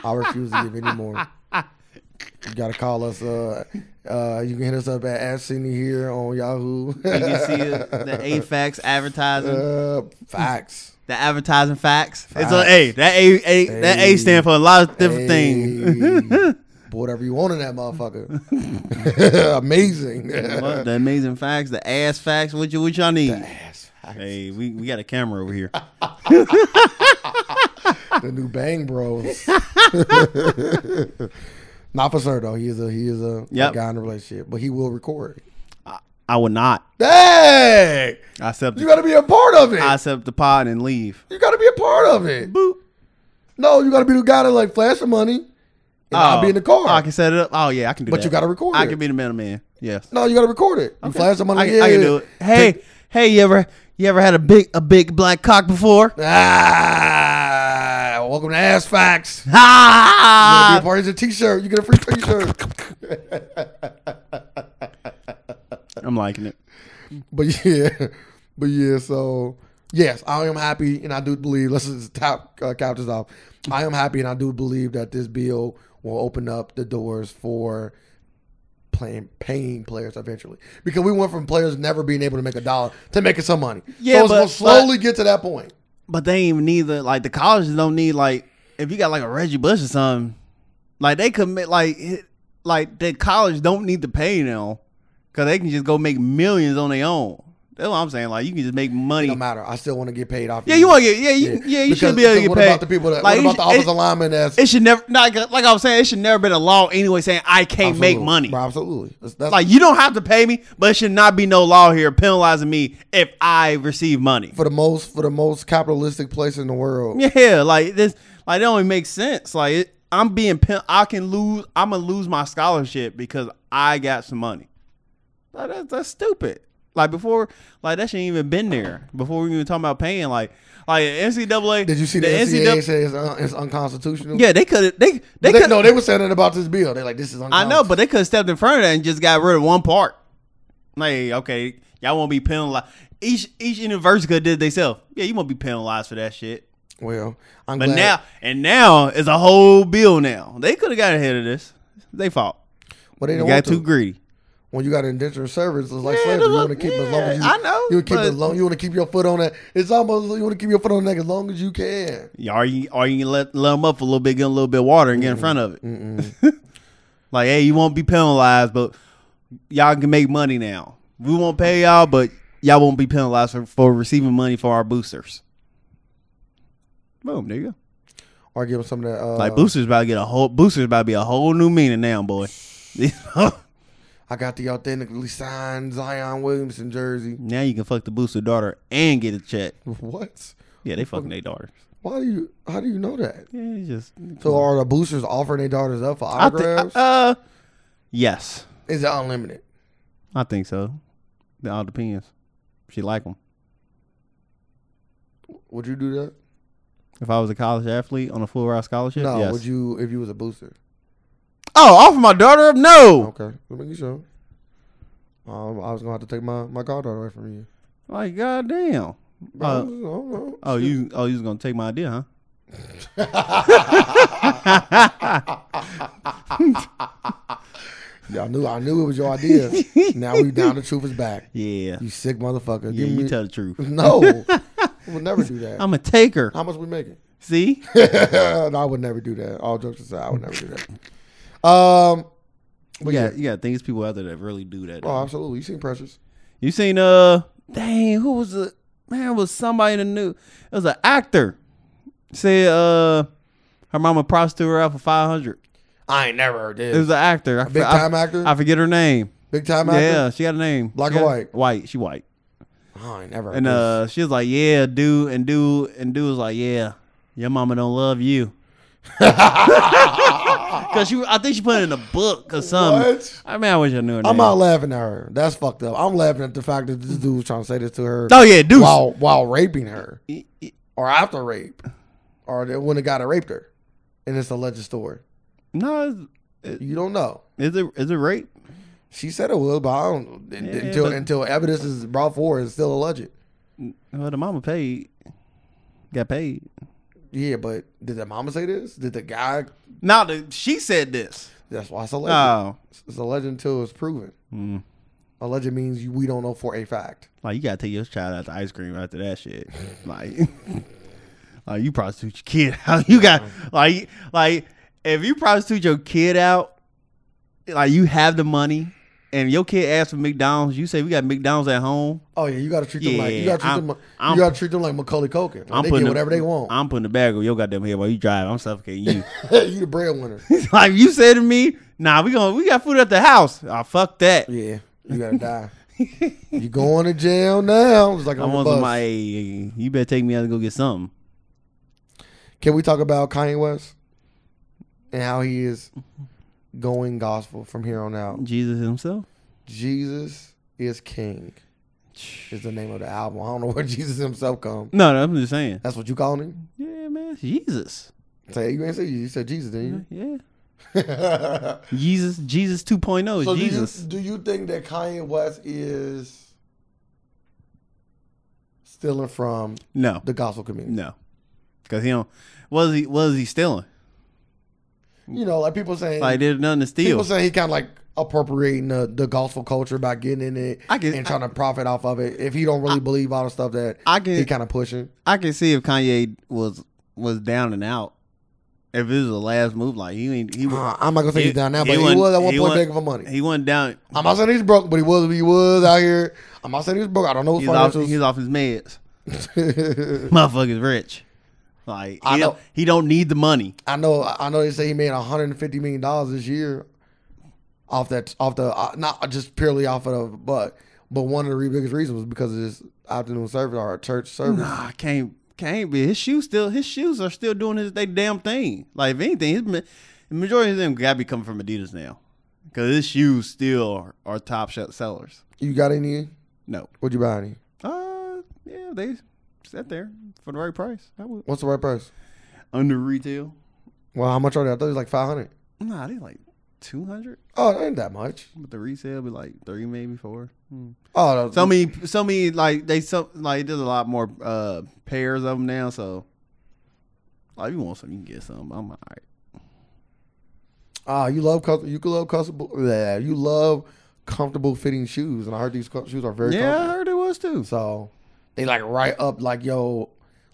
Speaker 2: I refuse to give any more. You gotta call us. Uh, uh, you can hit us up at Ask Cindy here on Yahoo.
Speaker 1: You can see it,
Speaker 2: <laughs>
Speaker 1: the AFAX advertising,
Speaker 2: uh, facts.
Speaker 1: the advertising facts. It's a
Speaker 2: Facts.
Speaker 1: A. That A, A that A stand for a lot of different
Speaker 2: <laughs>
Speaker 1: things.
Speaker 2: Hey, put whatever you want in that motherfucker. <laughs> Amazing.
Speaker 1: What, the amazing facts, the ass facts. What you what y'all need?
Speaker 2: Ass facts.
Speaker 1: Hey, we, we got a camera over here.
Speaker 2: the new
Speaker 1: <laughs>
Speaker 2: Bang Bros. Not for sure though. He is a he is a, a
Speaker 1: Yep.
Speaker 2: guy in a relationship, but he will record.
Speaker 1: I will not.
Speaker 2: Dang!
Speaker 1: I accept
Speaker 2: You got to be a part of it.
Speaker 1: I accept the pod and leave.
Speaker 2: You got to be a part of it.
Speaker 1: Boop.
Speaker 2: No, you got to be the guy that like flash the money, and I'll be in the car.
Speaker 1: Oh, I can set it up. Oh yeah, I can do
Speaker 2: but
Speaker 1: that.
Speaker 2: you got to record
Speaker 1: I
Speaker 2: it.
Speaker 1: can be the middleman. Yes.
Speaker 2: no, you got to record it. You flash the money.
Speaker 1: I, can- I can do it. Hey, hey, you ever you ever had a big a big black cock <laughs> before?
Speaker 2: Ah, welcome to Ass Facts.
Speaker 1: Ah!
Speaker 2: Be a part of the T-shirt. You get a free T-shirt.
Speaker 1: I'm liking it.
Speaker 2: But <laughs> yeah, but yeah. So yes, I am happy, and I do believe. Let's just top uh, couches off. I am happy, and I do believe that this bill will open up the doors for playing paying players eventually, because we went from players never being able to make a dollar to making some money.
Speaker 1: Yeah,
Speaker 2: so it's
Speaker 1: but-
Speaker 2: gonna slowly get to that point.
Speaker 1: But they ain't even need the like the colleges don't need like if you got like a Reggie Bush or something, like they commit like hit- like the college don't need to pay now because they can just go make millions on their own. That's what I'm saying. Like you can just make money.
Speaker 2: No matter. I still want to get paid off.
Speaker 1: Yeah, you want to get yeah, you, yeah, you should
Speaker 2: Because-
Speaker 1: be able to
Speaker 2: because
Speaker 1: get
Speaker 2: what
Speaker 1: paid.
Speaker 2: about the people that?
Speaker 1: Like,
Speaker 2: what
Speaker 1: you
Speaker 2: about the
Speaker 1: should-
Speaker 2: offensive lineman? That's
Speaker 1: It, it should never like like I was saying. It should never been a law anyway saying I can't make
Speaker 2: Absolutely.
Speaker 1: money.
Speaker 2: Bro, absolutely. That's, that's
Speaker 1: Like you don't have to pay me, but it should not be no law here penalizing me if I receive money.
Speaker 2: for the most for the most capitalistic place in the world.
Speaker 1: Yeah, like this, like that only makes sense. Like it, I'm being, pen, I can lose, I'm gonna lose my scholarship because I got some money. Like that's, that's stupid. Like before, like that shouldn't even been there before we even talking about paying. Like, like NCAA.
Speaker 2: Did you see the, NCAA say it's, un, it's unconstitutional?
Speaker 1: Yeah, they could. They
Speaker 2: They,
Speaker 1: they could.
Speaker 2: no, they were saying it about this bill. They're like, this is
Speaker 1: I
Speaker 2: unconstitutional.
Speaker 1: know, but they could have stepped in front of that and just got rid of one part. Like, okay, y'all won't be penalized. Each each university could did themselves. Yeah, you won't be penalized for that shit.
Speaker 2: well, I'm
Speaker 1: But
Speaker 2: glad.
Speaker 1: now and now it's a whole bill. Now they could have got ahead of this. They fault.
Speaker 2: well, they
Speaker 1: They
Speaker 2: don't
Speaker 1: got
Speaker 2: want
Speaker 1: too
Speaker 2: to.
Speaker 1: greedy.
Speaker 2: When you got indentured service, it's like
Speaker 1: Yeah,
Speaker 2: slavery. You
Speaker 1: look,
Speaker 2: want to keep it as long as you.
Speaker 1: yeah, I know,
Speaker 2: You want to keep it
Speaker 1: but-
Speaker 2: as long. You want to keep your foot on that. It's almost you want to keep your foot on that as long as you can.
Speaker 1: Yeah, Or you or you can let let them up a little bit, get a little bit of water, and get in front of it. <laughs> like, hey, you won't be penalized, but y'all can make money now. We won't pay y'all, but y'all won't be penalized for, for receiving money for our boosters. Boom, there you go.
Speaker 2: Or give them some of that. Uh,
Speaker 1: Like boosters about to get a whole boosters about to be a whole new meaning now, boy. <laughs> now
Speaker 2: I got the authentically signed Zion Williamson jersey.
Speaker 1: you can fuck the booster daughter and get a check.
Speaker 2: What?
Speaker 1: Yeah, they fucking their daughters.
Speaker 2: Why do you? How do you know that?
Speaker 1: Yeah, it's just
Speaker 2: So are the boosters offering their daughters up for
Speaker 1: Hmm. I think
Speaker 2: autographs?
Speaker 1: uh, yes,
Speaker 2: is it unlimited?
Speaker 1: I think so. It all depends. She like them.
Speaker 2: Would you do that?
Speaker 1: If I was a college athlete on a full ride scholarship,
Speaker 2: No.
Speaker 1: yes.
Speaker 2: Would you if you was a booster?
Speaker 1: oh, offer my daughter up? No.
Speaker 2: Okay. Let me get you. Um, I was gonna have to take my my goddaughter away from you.
Speaker 1: Like goddamn.
Speaker 2: But I
Speaker 1: Uh,
Speaker 2: don't know.
Speaker 1: oh, you oh you was gonna take my idea,
Speaker 2: <laughs>
Speaker 1: huh?
Speaker 2: Yeah, I knew I knew it was your
Speaker 1: <laughs>
Speaker 2: idea. now we down. The truth is back.
Speaker 1: Yeah.
Speaker 2: You sick motherfucker.
Speaker 1: Yeah,
Speaker 2: Give
Speaker 1: you
Speaker 2: me-
Speaker 1: tell the truth.
Speaker 2: <laughs> No,
Speaker 1: <laughs>
Speaker 2: I would never do that.
Speaker 1: I'm a taker.
Speaker 2: How much we making? <laughs>
Speaker 1: See?
Speaker 2: no, I would never do that. All jokes aside, I would never do that. Um, but
Speaker 1: yeah,
Speaker 2: yeah.
Speaker 1: you got things people out there that really do that.
Speaker 2: Oh, absolutely. You seen Precious?
Speaker 1: You seen uh dang, who was the man it was somebody in the new it was an actor. Said uh her mama prostituted her out for five hundred.
Speaker 2: I ain't never heard
Speaker 1: It
Speaker 2: this.
Speaker 1: was an actor. I,
Speaker 2: Big
Speaker 1: I-
Speaker 2: time actor?
Speaker 1: I forget her name.
Speaker 2: Big time actor.
Speaker 1: Yeah, she got a name.
Speaker 2: Black
Speaker 1: She
Speaker 2: or
Speaker 1: got-
Speaker 2: white?
Speaker 1: White. She white.
Speaker 2: I ain't never. Heard
Speaker 1: And
Speaker 2: this.
Speaker 1: uh, she was like, "Yeah, dude," and dude, and dude was like, "Yeah, your mama don't love you." <laughs> Cause she, I think she put it in a book or something.
Speaker 2: What?
Speaker 1: I mean, I wish I knew her name.
Speaker 2: I'm not laughing at her. That's fucked up. I'm laughing at the fact that this dude was trying to say this to her.
Speaker 1: Oh yeah, dude.
Speaker 2: while while raping her
Speaker 1: Y- y-
Speaker 2: or after rape or they- when the guy that raped her, and it's a legend story.
Speaker 1: No, is,
Speaker 2: You don't know.
Speaker 1: is it is it rape?
Speaker 2: She said it was, but I don't until
Speaker 1: but-
Speaker 2: until evidence is brought forward. It's still a legend.
Speaker 1: Well, the mama paid, got paid.
Speaker 2: Yeah, but did the mama say this? Did the guy?
Speaker 1: Now the, she said this.
Speaker 2: That's why it's a legend.
Speaker 1: Oh,
Speaker 2: It's a legend until it's proven.
Speaker 1: Mm.
Speaker 2: A legend means you, we don't know for a fact.
Speaker 1: like you gotta take your child out to ice cream after that shit. <laughs> Like, like you prostitute your kid <laughs> out. You got like like if you prostitute your kid out, like you have the money, and your kid asks for McDonald's, you say we got McDonald's at home.
Speaker 2: Oh yeah, you gotta treat them like you
Speaker 1: Yeah,
Speaker 2: gotta treat
Speaker 1: I'm-
Speaker 2: them.
Speaker 1: I'm-
Speaker 2: you gotta treat them like Macaulay Culkin. Like,
Speaker 1: I'm putting
Speaker 2: they get
Speaker 1: the-
Speaker 2: whatever they want. <laughs>
Speaker 1: I'm putting the bag on your goddamn head while you drive. I'm suffocating you. <laughs>
Speaker 2: you the breadwinner.
Speaker 1: like you said to me, nah, we gonna we got food at the house. Ah, fuck that.
Speaker 2: Yeah,
Speaker 1: <laughs>
Speaker 2: you gotta die. you going to jail now? It's like
Speaker 1: I
Speaker 2: on the
Speaker 1: want
Speaker 2: bus.
Speaker 1: somebody. You better take me out and go get something.
Speaker 2: Can we talk about Kanye West and how he is going gospel from here on out?
Speaker 1: Jesus himself.
Speaker 2: Jesus is King is the name of the album. I don't know where <laughs> Jesus himself come.
Speaker 1: No, no, I'm just saying.
Speaker 2: That's what you calling him?
Speaker 1: Yeah, man, Jesus.
Speaker 2: Say you ain't say you said Jesus, didn't
Speaker 1: Yeah,
Speaker 2: you? <laughs>
Speaker 1: Jesus, Jesus 2.0 is
Speaker 2: so
Speaker 1: Mm-hmm. Jesus.
Speaker 2: do you do you think that Kanye West is stealing from
Speaker 1: no,
Speaker 2: the gospel community?
Speaker 1: no, because he don't. Was he? Was he stealing?
Speaker 2: You know, like people saying
Speaker 1: Like there's nothing to steal.
Speaker 2: People say he kind of like appropriating the, the gospel culture by getting in it
Speaker 1: I can-
Speaker 2: and trying to profit off of it. If he don't really believe all the stuff that
Speaker 1: I can-
Speaker 2: he kind of pushing,
Speaker 1: I can see if Kanye was was down and out If it was the last move, like he ain't he was
Speaker 2: Uh, I'm not gonna say he's down now, but he,
Speaker 1: wasn't-
Speaker 2: was at one
Speaker 1: he
Speaker 2: point
Speaker 1: wasn't-
Speaker 2: begging for money.
Speaker 1: He wasn't down.
Speaker 2: I'm not saying he's broke, but he was he was out here. I'm not saying he was broke. I don't know his
Speaker 1: He's off,
Speaker 2: financials.
Speaker 1: he's off his meds. Motherfucker's rich. Like
Speaker 2: I
Speaker 1: he
Speaker 2: know.
Speaker 1: don't, he don't need the money.
Speaker 2: <laughs> I know. I know. They say he made 150 million dollars this year off that off the uh, not just purely off of the but but one of the re- biggest reasons was because of this afternoon service or church service.
Speaker 1: Nah, can't can't be. His shoes still his shoes are still doing his they damn thing. Like if anything, his, ma- the majority of them gotta be coming from Adidas now, because his shoes still are, are top shot sellers.
Speaker 2: You got any?
Speaker 1: No,
Speaker 2: What'd you buy any?
Speaker 1: uh, yeah, they sat there for the right price. I would
Speaker 2: What's the right price?
Speaker 1: under retail.
Speaker 2: Well, how much are they? I thought it was like 500.
Speaker 1: Nah, they like two hundred,
Speaker 2: Oh, that ain't that much.
Speaker 1: but the resale be like three, maybe four. Hmm.
Speaker 2: Oh, that was,
Speaker 1: So many, so many like they some like there's a lot more uh pairs of them now. So like, if you want some, you can get some. I'm all right.
Speaker 2: ah, you love cus- you could love comfortable. Yeah, you love comfortable fitting shoes, and I heard these co- shoes are very
Speaker 1: Yeah, I
Speaker 2: comfortable.
Speaker 1: heard it was too.
Speaker 2: So they like right up like yo,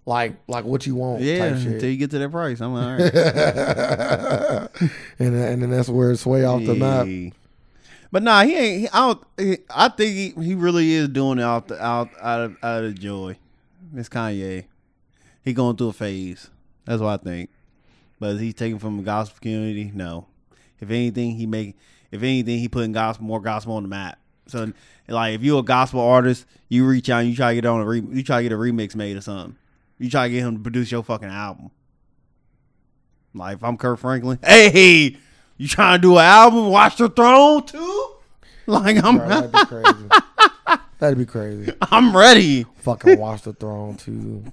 Speaker 2: like like what you want.
Speaker 1: Yeah,
Speaker 2: type shit.
Speaker 1: until <laughs> you get to that price, I'm
Speaker 2: <laughs>
Speaker 1: all right.
Speaker 2: and <laughs> and then that's where it's way off the map.
Speaker 1: Yeah. But nah, he ain't. He, I don't. He, I think he, he really is doing it out the out out of out of joy. It's Kanye. He going through a phase. That's what I think. But is he taking from the gospel community? No. If anything, he make. If anything, he putting gospel more gospel on the map. So, like, if you're a gospel artist, you reach out, and you try to get on a re, you try to get a remix made or something. You try to get him to produce your fucking album. Like, if I'm Kurt Franklin, <laughs> hey, you trying to do an album, Watch the Throne too? Like, I'm
Speaker 2: Bro, that'd be crazy. that'd be crazy.
Speaker 1: <laughs> I'm ready.
Speaker 2: Fucking watch the throne two.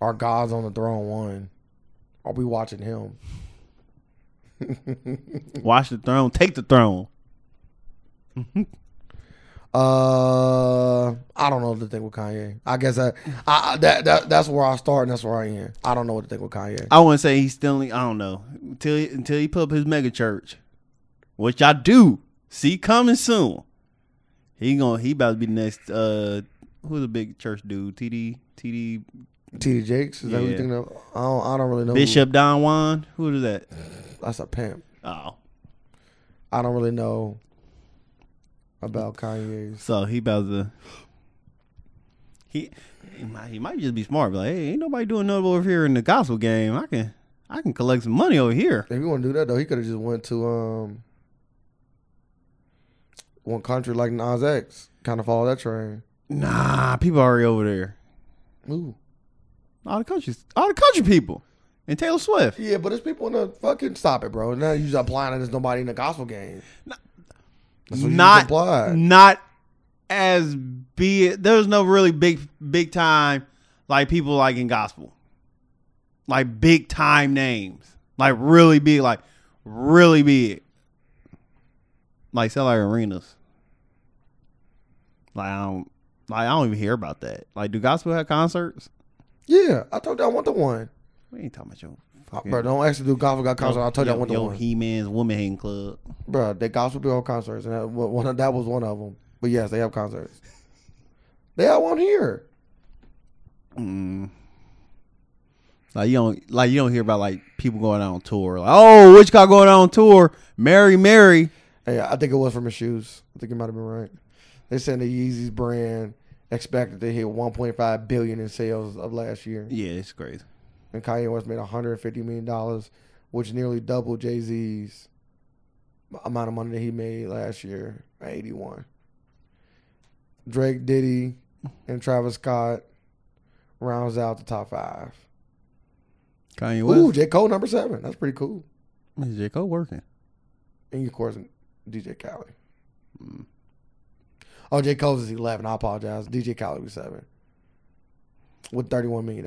Speaker 2: Our God's on the throne one. Are we watching him?
Speaker 1: Watch the Throne, take the throne.
Speaker 2: Uh, I don't know what to think with Kanye. I guess I, I that, that that's where I start and that's where I end. I don't know what to think with Kanye.
Speaker 1: I wouldn't say he's still. I don't know until he, until he put up his mega church, which I do see coming soon. He gonna he about to be the next. Uh, who's the big church dude? TD TD
Speaker 2: T.D. Jakes is that who you
Speaker 1: Yeah.
Speaker 2: think of? I don't, I don't really know. who-
Speaker 1: Bishop Don Juan. Who is that?
Speaker 2: that's a pimp.
Speaker 1: Oh,
Speaker 2: I don't really know about Kanye's.
Speaker 1: so he about to. He he might, he might just be smart. Be like, hey, ain't nobody doing nothing over here in the gospel game. I can I can collect some money over here.
Speaker 2: If you want to do that though, he could have just went to um one country like Nas X, kind of follow that train.
Speaker 1: Nah, people already over there.
Speaker 2: Ooh,
Speaker 1: All the countries, all the country people, and Taylor Swift.
Speaker 2: yeah, but there's people in the fucking stop it, bro. Now you just applying it. There's nobody in the gospel game. That's what you just
Speaker 1: not
Speaker 2: implied.
Speaker 1: not as big. There's no really big big time like people like in gospel, like big time names, like really big, like really big, like sell out arenas. Like I don't, like I don't even hear about that. Like, do gospel have concerts?
Speaker 2: Yeah, I told you I want the one.
Speaker 1: We ain't talking about your
Speaker 2: Uh,
Speaker 1: fucking.
Speaker 2: Bro, don't actually do gospel got concert. I told you I
Speaker 1: yo-
Speaker 2: want the
Speaker 1: yo
Speaker 2: one.
Speaker 1: He Man's Woman Hating Club.
Speaker 2: Bro, they gospel people have concerts, and that, wa- one of, that was one of them. But yes, they have concerts. They have one here.
Speaker 1: Mm. Like you don't like you don't hear about like people going out on tour. Like, oh, which guy going out on tour? Mary Mary.
Speaker 2: Hey, I think it was from his shoes. I think you might have been right. They said the Yeezys brand expected to hit 1.5 billion in sales of last year,
Speaker 1: Yeah, it's crazy.
Speaker 2: and Kanye West made 150 million dollars, which nearly doubled Jay Z's amount of money that he made last year, at 81. Drake, Diddy, and Travis Scott rounds out the top five.
Speaker 1: Kanye
Speaker 2: Ooh,
Speaker 1: West.
Speaker 2: J Cole number seven. That's pretty cool.
Speaker 1: Is J. Cole working?
Speaker 2: And of course, DJ Khaled. Oh, J. Cole's is 11. I apologize. DJ Khaled was 7 with $31 million.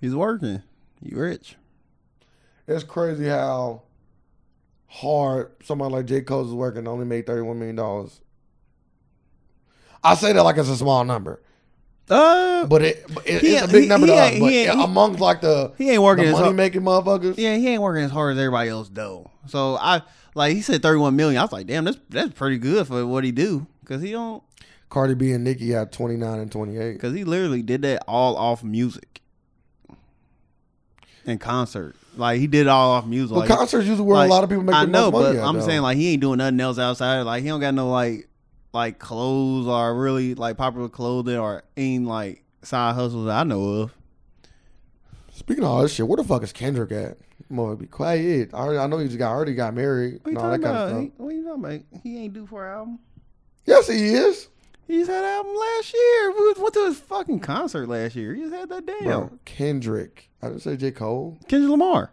Speaker 1: He's working. He rich.
Speaker 2: It's crazy how hard somebody like J. Cole is working to only make $31 million. I say that like it's a small number,
Speaker 1: Uh
Speaker 2: but it, but it-
Speaker 1: He-
Speaker 2: it's a big
Speaker 1: he-
Speaker 2: number
Speaker 1: he
Speaker 2: to us.
Speaker 1: ain't-
Speaker 2: But
Speaker 1: he ain't- he-
Speaker 2: amongst like the,
Speaker 1: he ain't working
Speaker 2: the
Speaker 1: as
Speaker 2: money
Speaker 1: hard.
Speaker 2: making motherfuckers,
Speaker 1: Yeah, he ain't working as hard as everybody else though. So I like he said thirty one million. I was like, damn, that's that's pretty good for what he do. Cause he don't
Speaker 2: Cardi B and Nicki had 29 and 28.
Speaker 1: cause he literally did that all off music. in concert. Like he did it all off music.
Speaker 2: But
Speaker 1: like,
Speaker 2: concerts usually where
Speaker 1: like,
Speaker 2: a lot of people make
Speaker 1: I
Speaker 2: the
Speaker 1: know,
Speaker 2: most money.
Speaker 1: but
Speaker 2: at,
Speaker 1: I'm
Speaker 2: though.
Speaker 1: saying like he ain't doing nothing else outside. Like he don't got no like like clothes or really like popular clothing or any like side hustles that I know of.
Speaker 2: Speaking of all this shit, where the fuck is Kendrick at? Mother be quiet. I, already- I know he just got already got married.
Speaker 1: What you
Speaker 2: and all that
Speaker 1: talking
Speaker 2: kind of
Speaker 1: about?
Speaker 2: stuff.
Speaker 1: He- what you talking about? He ain't due for an album.
Speaker 2: Yes, he is.
Speaker 1: He just had an album last year. We went to his fucking concert last year. He just had that damn
Speaker 2: Bro, Kendrick. I didn't say J. Cole.
Speaker 1: Kendrick Lamar.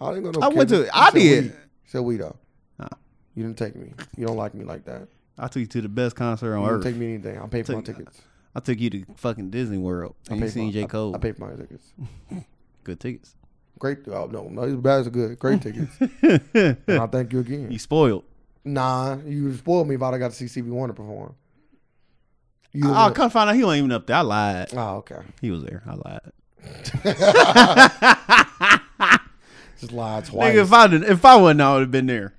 Speaker 2: I didn't go no
Speaker 1: I went
Speaker 2: Kendrick.
Speaker 1: to- I
Speaker 2: You said
Speaker 1: did.
Speaker 2: We. You said we though.
Speaker 1: Nah.
Speaker 2: You didn't take me. You don't like me like that.
Speaker 1: I took you to the best concert on
Speaker 2: You didn't
Speaker 1: earth.
Speaker 2: take me anything. I'll pay for my
Speaker 1: Take-
Speaker 2: tickets.
Speaker 1: I took you to fucking Disney World.
Speaker 2: I
Speaker 1: And you
Speaker 2: paid
Speaker 1: seen
Speaker 2: for,
Speaker 1: J
Speaker 2: I-
Speaker 1: Cole?
Speaker 2: I, paid for my tickets.
Speaker 1: Good tickets. <laughs>
Speaker 2: Great. Oh no, no, these bags are good. Great tickets.
Speaker 1: <laughs>
Speaker 2: and I thank you again.
Speaker 1: you spoiled.
Speaker 2: Nah, you spoiled me if I'd have got to see CB Warner perform. You
Speaker 1: I, I come find out he wasn't even up there. I lied.
Speaker 2: oh, okay.
Speaker 1: He was there. I lied.
Speaker 2: Just lied twice.
Speaker 1: Nigga, if I did, if I wasn't, I would have been there.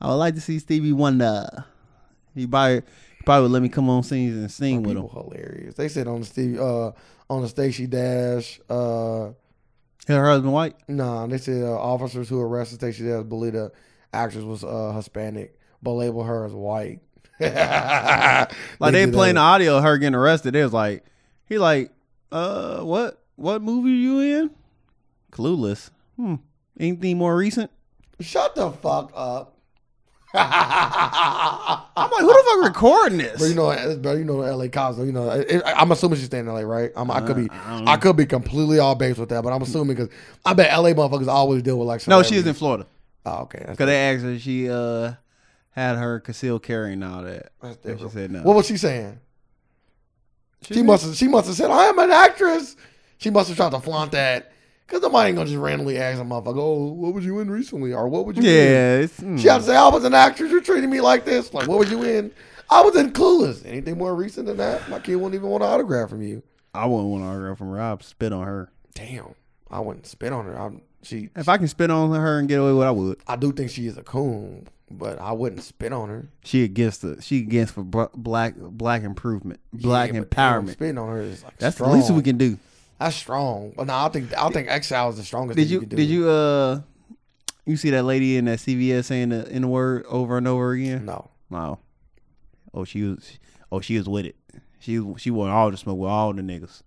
Speaker 1: I would like to see Stevie Wonder. He probably he probably would let me come on scenes and sing with him.
Speaker 2: People hilarious. They said on the Steve uh on the Stacey Dash uh
Speaker 1: Her husband white.
Speaker 2: nah they said uh, officers who arrested Stacey Dash believe the actress was uh Hispanic but labeled her as white. <laughs>
Speaker 1: Like they,
Speaker 2: did
Speaker 1: playing the
Speaker 2: that.
Speaker 1: audio of her getting arrested. They was like, he like, uh, what what movie you in? Clueless. Hmm. Anything more recent?
Speaker 2: Shut the fuck up.
Speaker 1: I'm like, who the fuck recording
Speaker 2: But you
Speaker 1: this?
Speaker 2: know, <laughs> uh, bro, you know the LA cops. though, You know, it, I- I'm assuming she's staying in LA, right? I'm, I could be,
Speaker 1: I don't know.
Speaker 2: I, could be completely all base with that, but I'm assuming because I bet LA motherfuckers always deal with like.
Speaker 1: No, she was in
Speaker 2: celebrities.
Speaker 1: Florida.
Speaker 2: Oh, okay. That's,
Speaker 1: Cause they asked her, if she uh had her concealed carry and all that. And
Speaker 2: that's
Speaker 1: she
Speaker 2: different.
Speaker 1: said no.
Speaker 2: What was she saying? She,
Speaker 1: did.
Speaker 2: must have. She must have said, "I am an actress." She must have tried to flaunt that because nobody ain't gonna just randomly ask a motherfucker, "Oh, what was you in recently?" or "What would you?" in?"
Speaker 1: Yeah, it's, mm.
Speaker 2: She had to say, "I was an actress. You're treating me like this. Like, what was you in?" I was in Clueless. Anything more recent than that, my kid wouldn't even want an autograph from you.
Speaker 1: I wouldn't want to argue from her. I'd spit on her.
Speaker 2: Damn, I wouldn't spit on her. I'm, she,
Speaker 1: If I can spit on her and get away with, it, I would.
Speaker 2: I do think she is a coon, but I wouldn't spit on her.
Speaker 1: She against the she against for br- black black improvement, black
Speaker 2: Yeah, but damn,
Speaker 1: empowerment.
Speaker 2: Spitting on her is like
Speaker 1: That's
Speaker 2: strong.
Speaker 1: the least we can do.
Speaker 2: That's strong. But no, I think I think exile is the strongest.
Speaker 1: Did
Speaker 2: thing
Speaker 1: you
Speaker 2: can do.
Speaker 1: did you uh you see that lady in that CVS saying the N word over and over again?
Speaker 2: No,
Speaker 1: No. Oh, she was oh she was with it. She she wanted all the smoke with all the niggas.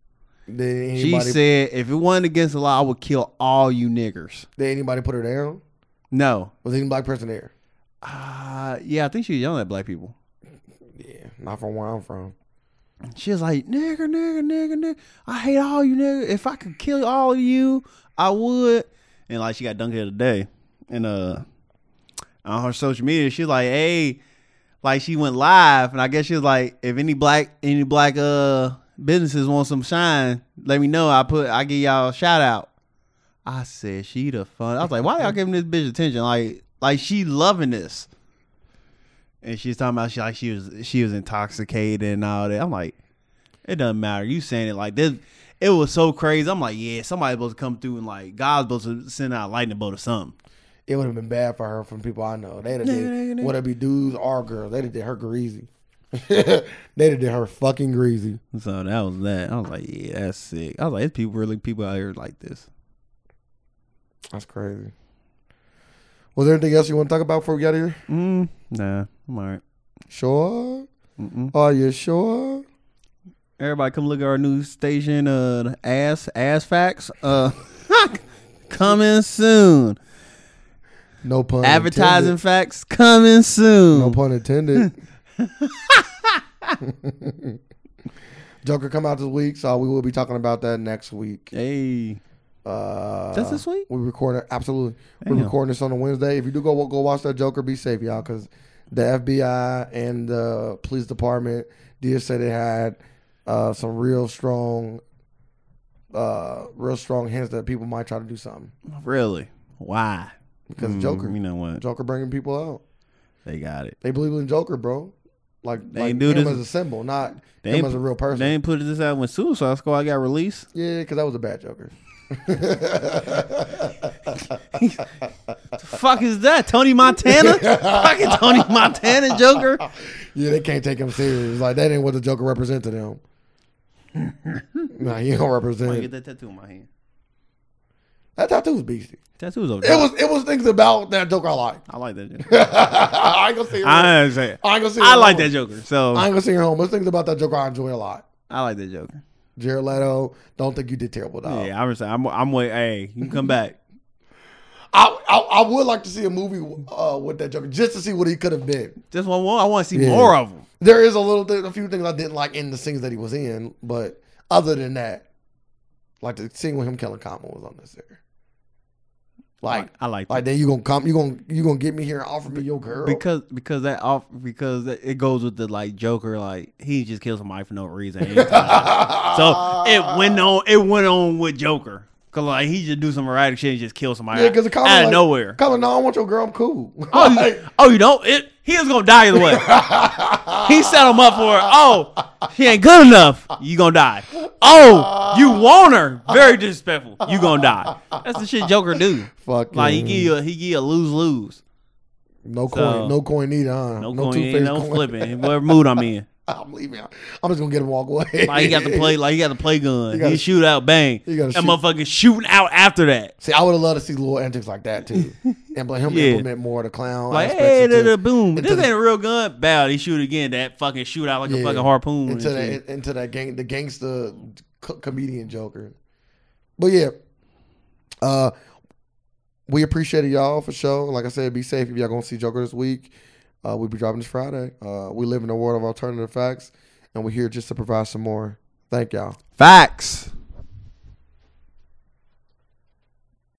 Speaker 2: did
Speaker 1: She
Speaker 2: anybody
Speaker 1: said if it wasn't against the law, I would kill all you niggers.
Speaker 2: did anybody put her down?
Speaker 1: No.
Speaker 2: Was any black person there?
Speaker 1: Uh, yeah, I think she was yelling at black people.
Speaker 2: Yeah, not from where I'm from.
Speaker 1: She was like, nigger, nigger, nigger, nigger. I hate all you nigger. If I could kill all of you, I would. And like she got dunked the other day. And uh on her social media, she was like, hey, like she went live. And I guess she was like, if any black any black uh businesses want some shine, let me know. I put I give y'all a shout out. I said she the fun. I was like, why y'all giving this bitch attention? Like like she loving this. And she's talking about she like she was she was intoxicated and all that. I'm like, it doesn't matter. You saying it like this. It was so crazy. I'm like, yeah, somebody's supposed to come through and like God's supposed to send out a lightning bolt or something.
Speaker 2: It would have been bad for her from people I know. They'd have
Speaker 1: nigga,
Speaker 2: did
Speaker 1: nigga.
Speaker 2: would it be dudes or girls. They'd have did her greasy. <laughs> They'd have did her fucking greasy.
Speaker 1: So that was that. I was like, yeah, that's sick. I was like, it's people really people out here like this.
Speaker 2: That's crazy. Was there anything else you want to talk about before we get out of here?
Speaker 1: Mm, nah, I'm all right.
Speaker 2: Sure.
Speaker 1: Mm-mm.
Speaker 2: Are you sure?
Speaker 1: Everybody, come look at our new station. Uh, the ass ass facts. Uh, <laughs> coming soon.
Speaker 2: No pun.
Speaker 1: Advertising
Speaker 2: Intended.
Speaker 1: facts coming soon.
Speaker 2: No pun <laughs> intended. Joker come out this week, so we will be talking about that next week.
Speaker 1: Hey,
Speaker 2: Uh,
Speaker 1: That's this week?
Speaker 2: We recording absolutely.
Speaker 1: Damn.
Speaker 2: We're recording this on a Wednesday. If you do go go watch that Joker, be safe, y'all, because the FBI and the police department did say they had uh, some real strong, uh, real strong hints that people might try to do something
Speaker 1: really? Why?
Speaker 2: because
Speaker 1: Mm,
Speaker 2: Joker,
Speaker 1: You know what?
Speaker 2: Joker bringing people out.
Speaker 1: They got it.
Speaker 2: They believe in Joker, bro. Like
Speaker 1: They
Speaker 2: like
Speaker 1: do
Speaker 2: him
Speaker 1: this-
Speaker 2: as a symbol, not
Speaker 1: They
Speaker 2: him
Speaker 1: ain't-
Speaker 2: as a real person.
Speaker 1: They ain't put this out when Suicide Squad got released.
Speaker 2: Yeah, because that was a bad Joker.
Speaker 1: fuck is that? Tony
Speaker 2: <laughs>
Speaker 1: Montana? Fucking Tony Montana Joker?
Speaker 2: Yeah, they can't take him serious. Like that ain't what the Joker represented him. <laughs> Nah, he don't
Speaker 1: I
Speaker 2: represent.
Speaker 1: get that tattoo on my hand.
Speaker 2: That tattoo was beastie.
Speaker 1: Tattoos over
Speaker 2: It was it was things about that joke I like.
Speaker 1: I like that. Joker.
Speaker 2: <laughs> I ain't gonna see it. I,
Speaker 1: I ain't saying.
Speaker 2: ain't gonna see
Speaker 1: I like that Joker. So
Speaker 2: I
Speaker 1: I,
Speaker 2: ain't gonna see your home. There's things about that joke I enjoy a lot.
Speaker 1: like that Joker.
Speaker 2: Jared Leto, don't think you did terrible, dog.
Speaker 1: Yeah, I'm saying. I'm. I'm wait. Hey, you can come back.
Speaker 2: I, I I would like to see a movie uh, with that Joker just to see what he could have been.
Speaker 1: Just one more. I want to see
Speaker 2: Yeah.
Speaker 1: more of them.
Speaker 2: There is a little th- a few things I didn't like in the scenes that he was in, but other than that, like the scene with him killing Kama was unnecessary. Like
Speaker 1: I like that.
Speaker 2: like then you gonna come you gonna you gonna get me here and offer me your girl
Speaker 1: because because that off because that- it goes with the like Joker like he just kills somebody for no reason. anytime. <laughs> so it went on it went on with Joker because like he just do some erratic shit and just kill somebody
Speaker 2: Yeah, because the
Speaker 1: out,
Speaker 2: comment
Speaker 1: of
Speaker 2: like,
Speaker 1: nowhere.
Speaker 2: Colin, no, I want your girl. I'm cool.
Speaker 1: <laughs> Oh,
Speaker 2: Like,
Speaker 1: you, oh, you don't? It, he was gonna die either way. he set him up for oh she ain't good enough. You gonna die. Oh, you want her? Very disrespectful. You gonna die. That's the shit Joker do.
Speaker 2: fuck.
Speaker 1: Like he
Speaker 2: yeah.
Speaker 1: give you a, he give you a lose lose.
Speaker 2: no
Speaker 1: so-
Speaker 2: coin, no coin needed, huh?
Speaker 1: No, coin,
Speaker 2: two-faced
Speaker 1: no flipping. Whatever mood I'm in.
Speaker 2: <laughs> I'm leaving. I'm just gonna get him walk away.
Speaker 1: Like he got <laughs> the play, like he got the play gun.
Speaker 2: gotta-
Speaker 1: he shoot out, bang.
Speaker 2: you gotta
Speaker 1: that
Speaker 2: shoot.
Speaker 1: motherfucker shooting out after that.
Speaker 2: <laughs> See, I would have loved to see little antics like
Speaker 1: <laughs>
Speaker 2: that too, and but him
Speaker 1: Yeah.
Speaker 2: implement more of the clown.
Speaker 1: Like,
Speaker 2: aspects
Speaker 1: hey,
Speaker 2: into,
Speaker 1: da, da, boom.
Speaker 2: into
Speaker 1: This
Speaker 2: the-
Speaker 1: ain't a real gun. Bow. He shoot again. That fucking shoot out like a
Speaker 2: Yeah.
Speaker 1: fucking harpoon. and
Speaker 2: into
Speaker 1: shit.
Speaker 2: that into that gang the gangster co- comedian Joker. But yeah, uh, we appreciate it, y'all for sure. Like I said, be safe if y'all gonna see Joker this week. Uh, we'll be dropping this Friday. Uh, we live in a world of alternative facts, and we're here just to provide some more. Thank y'all.
Speaker 1: Facts.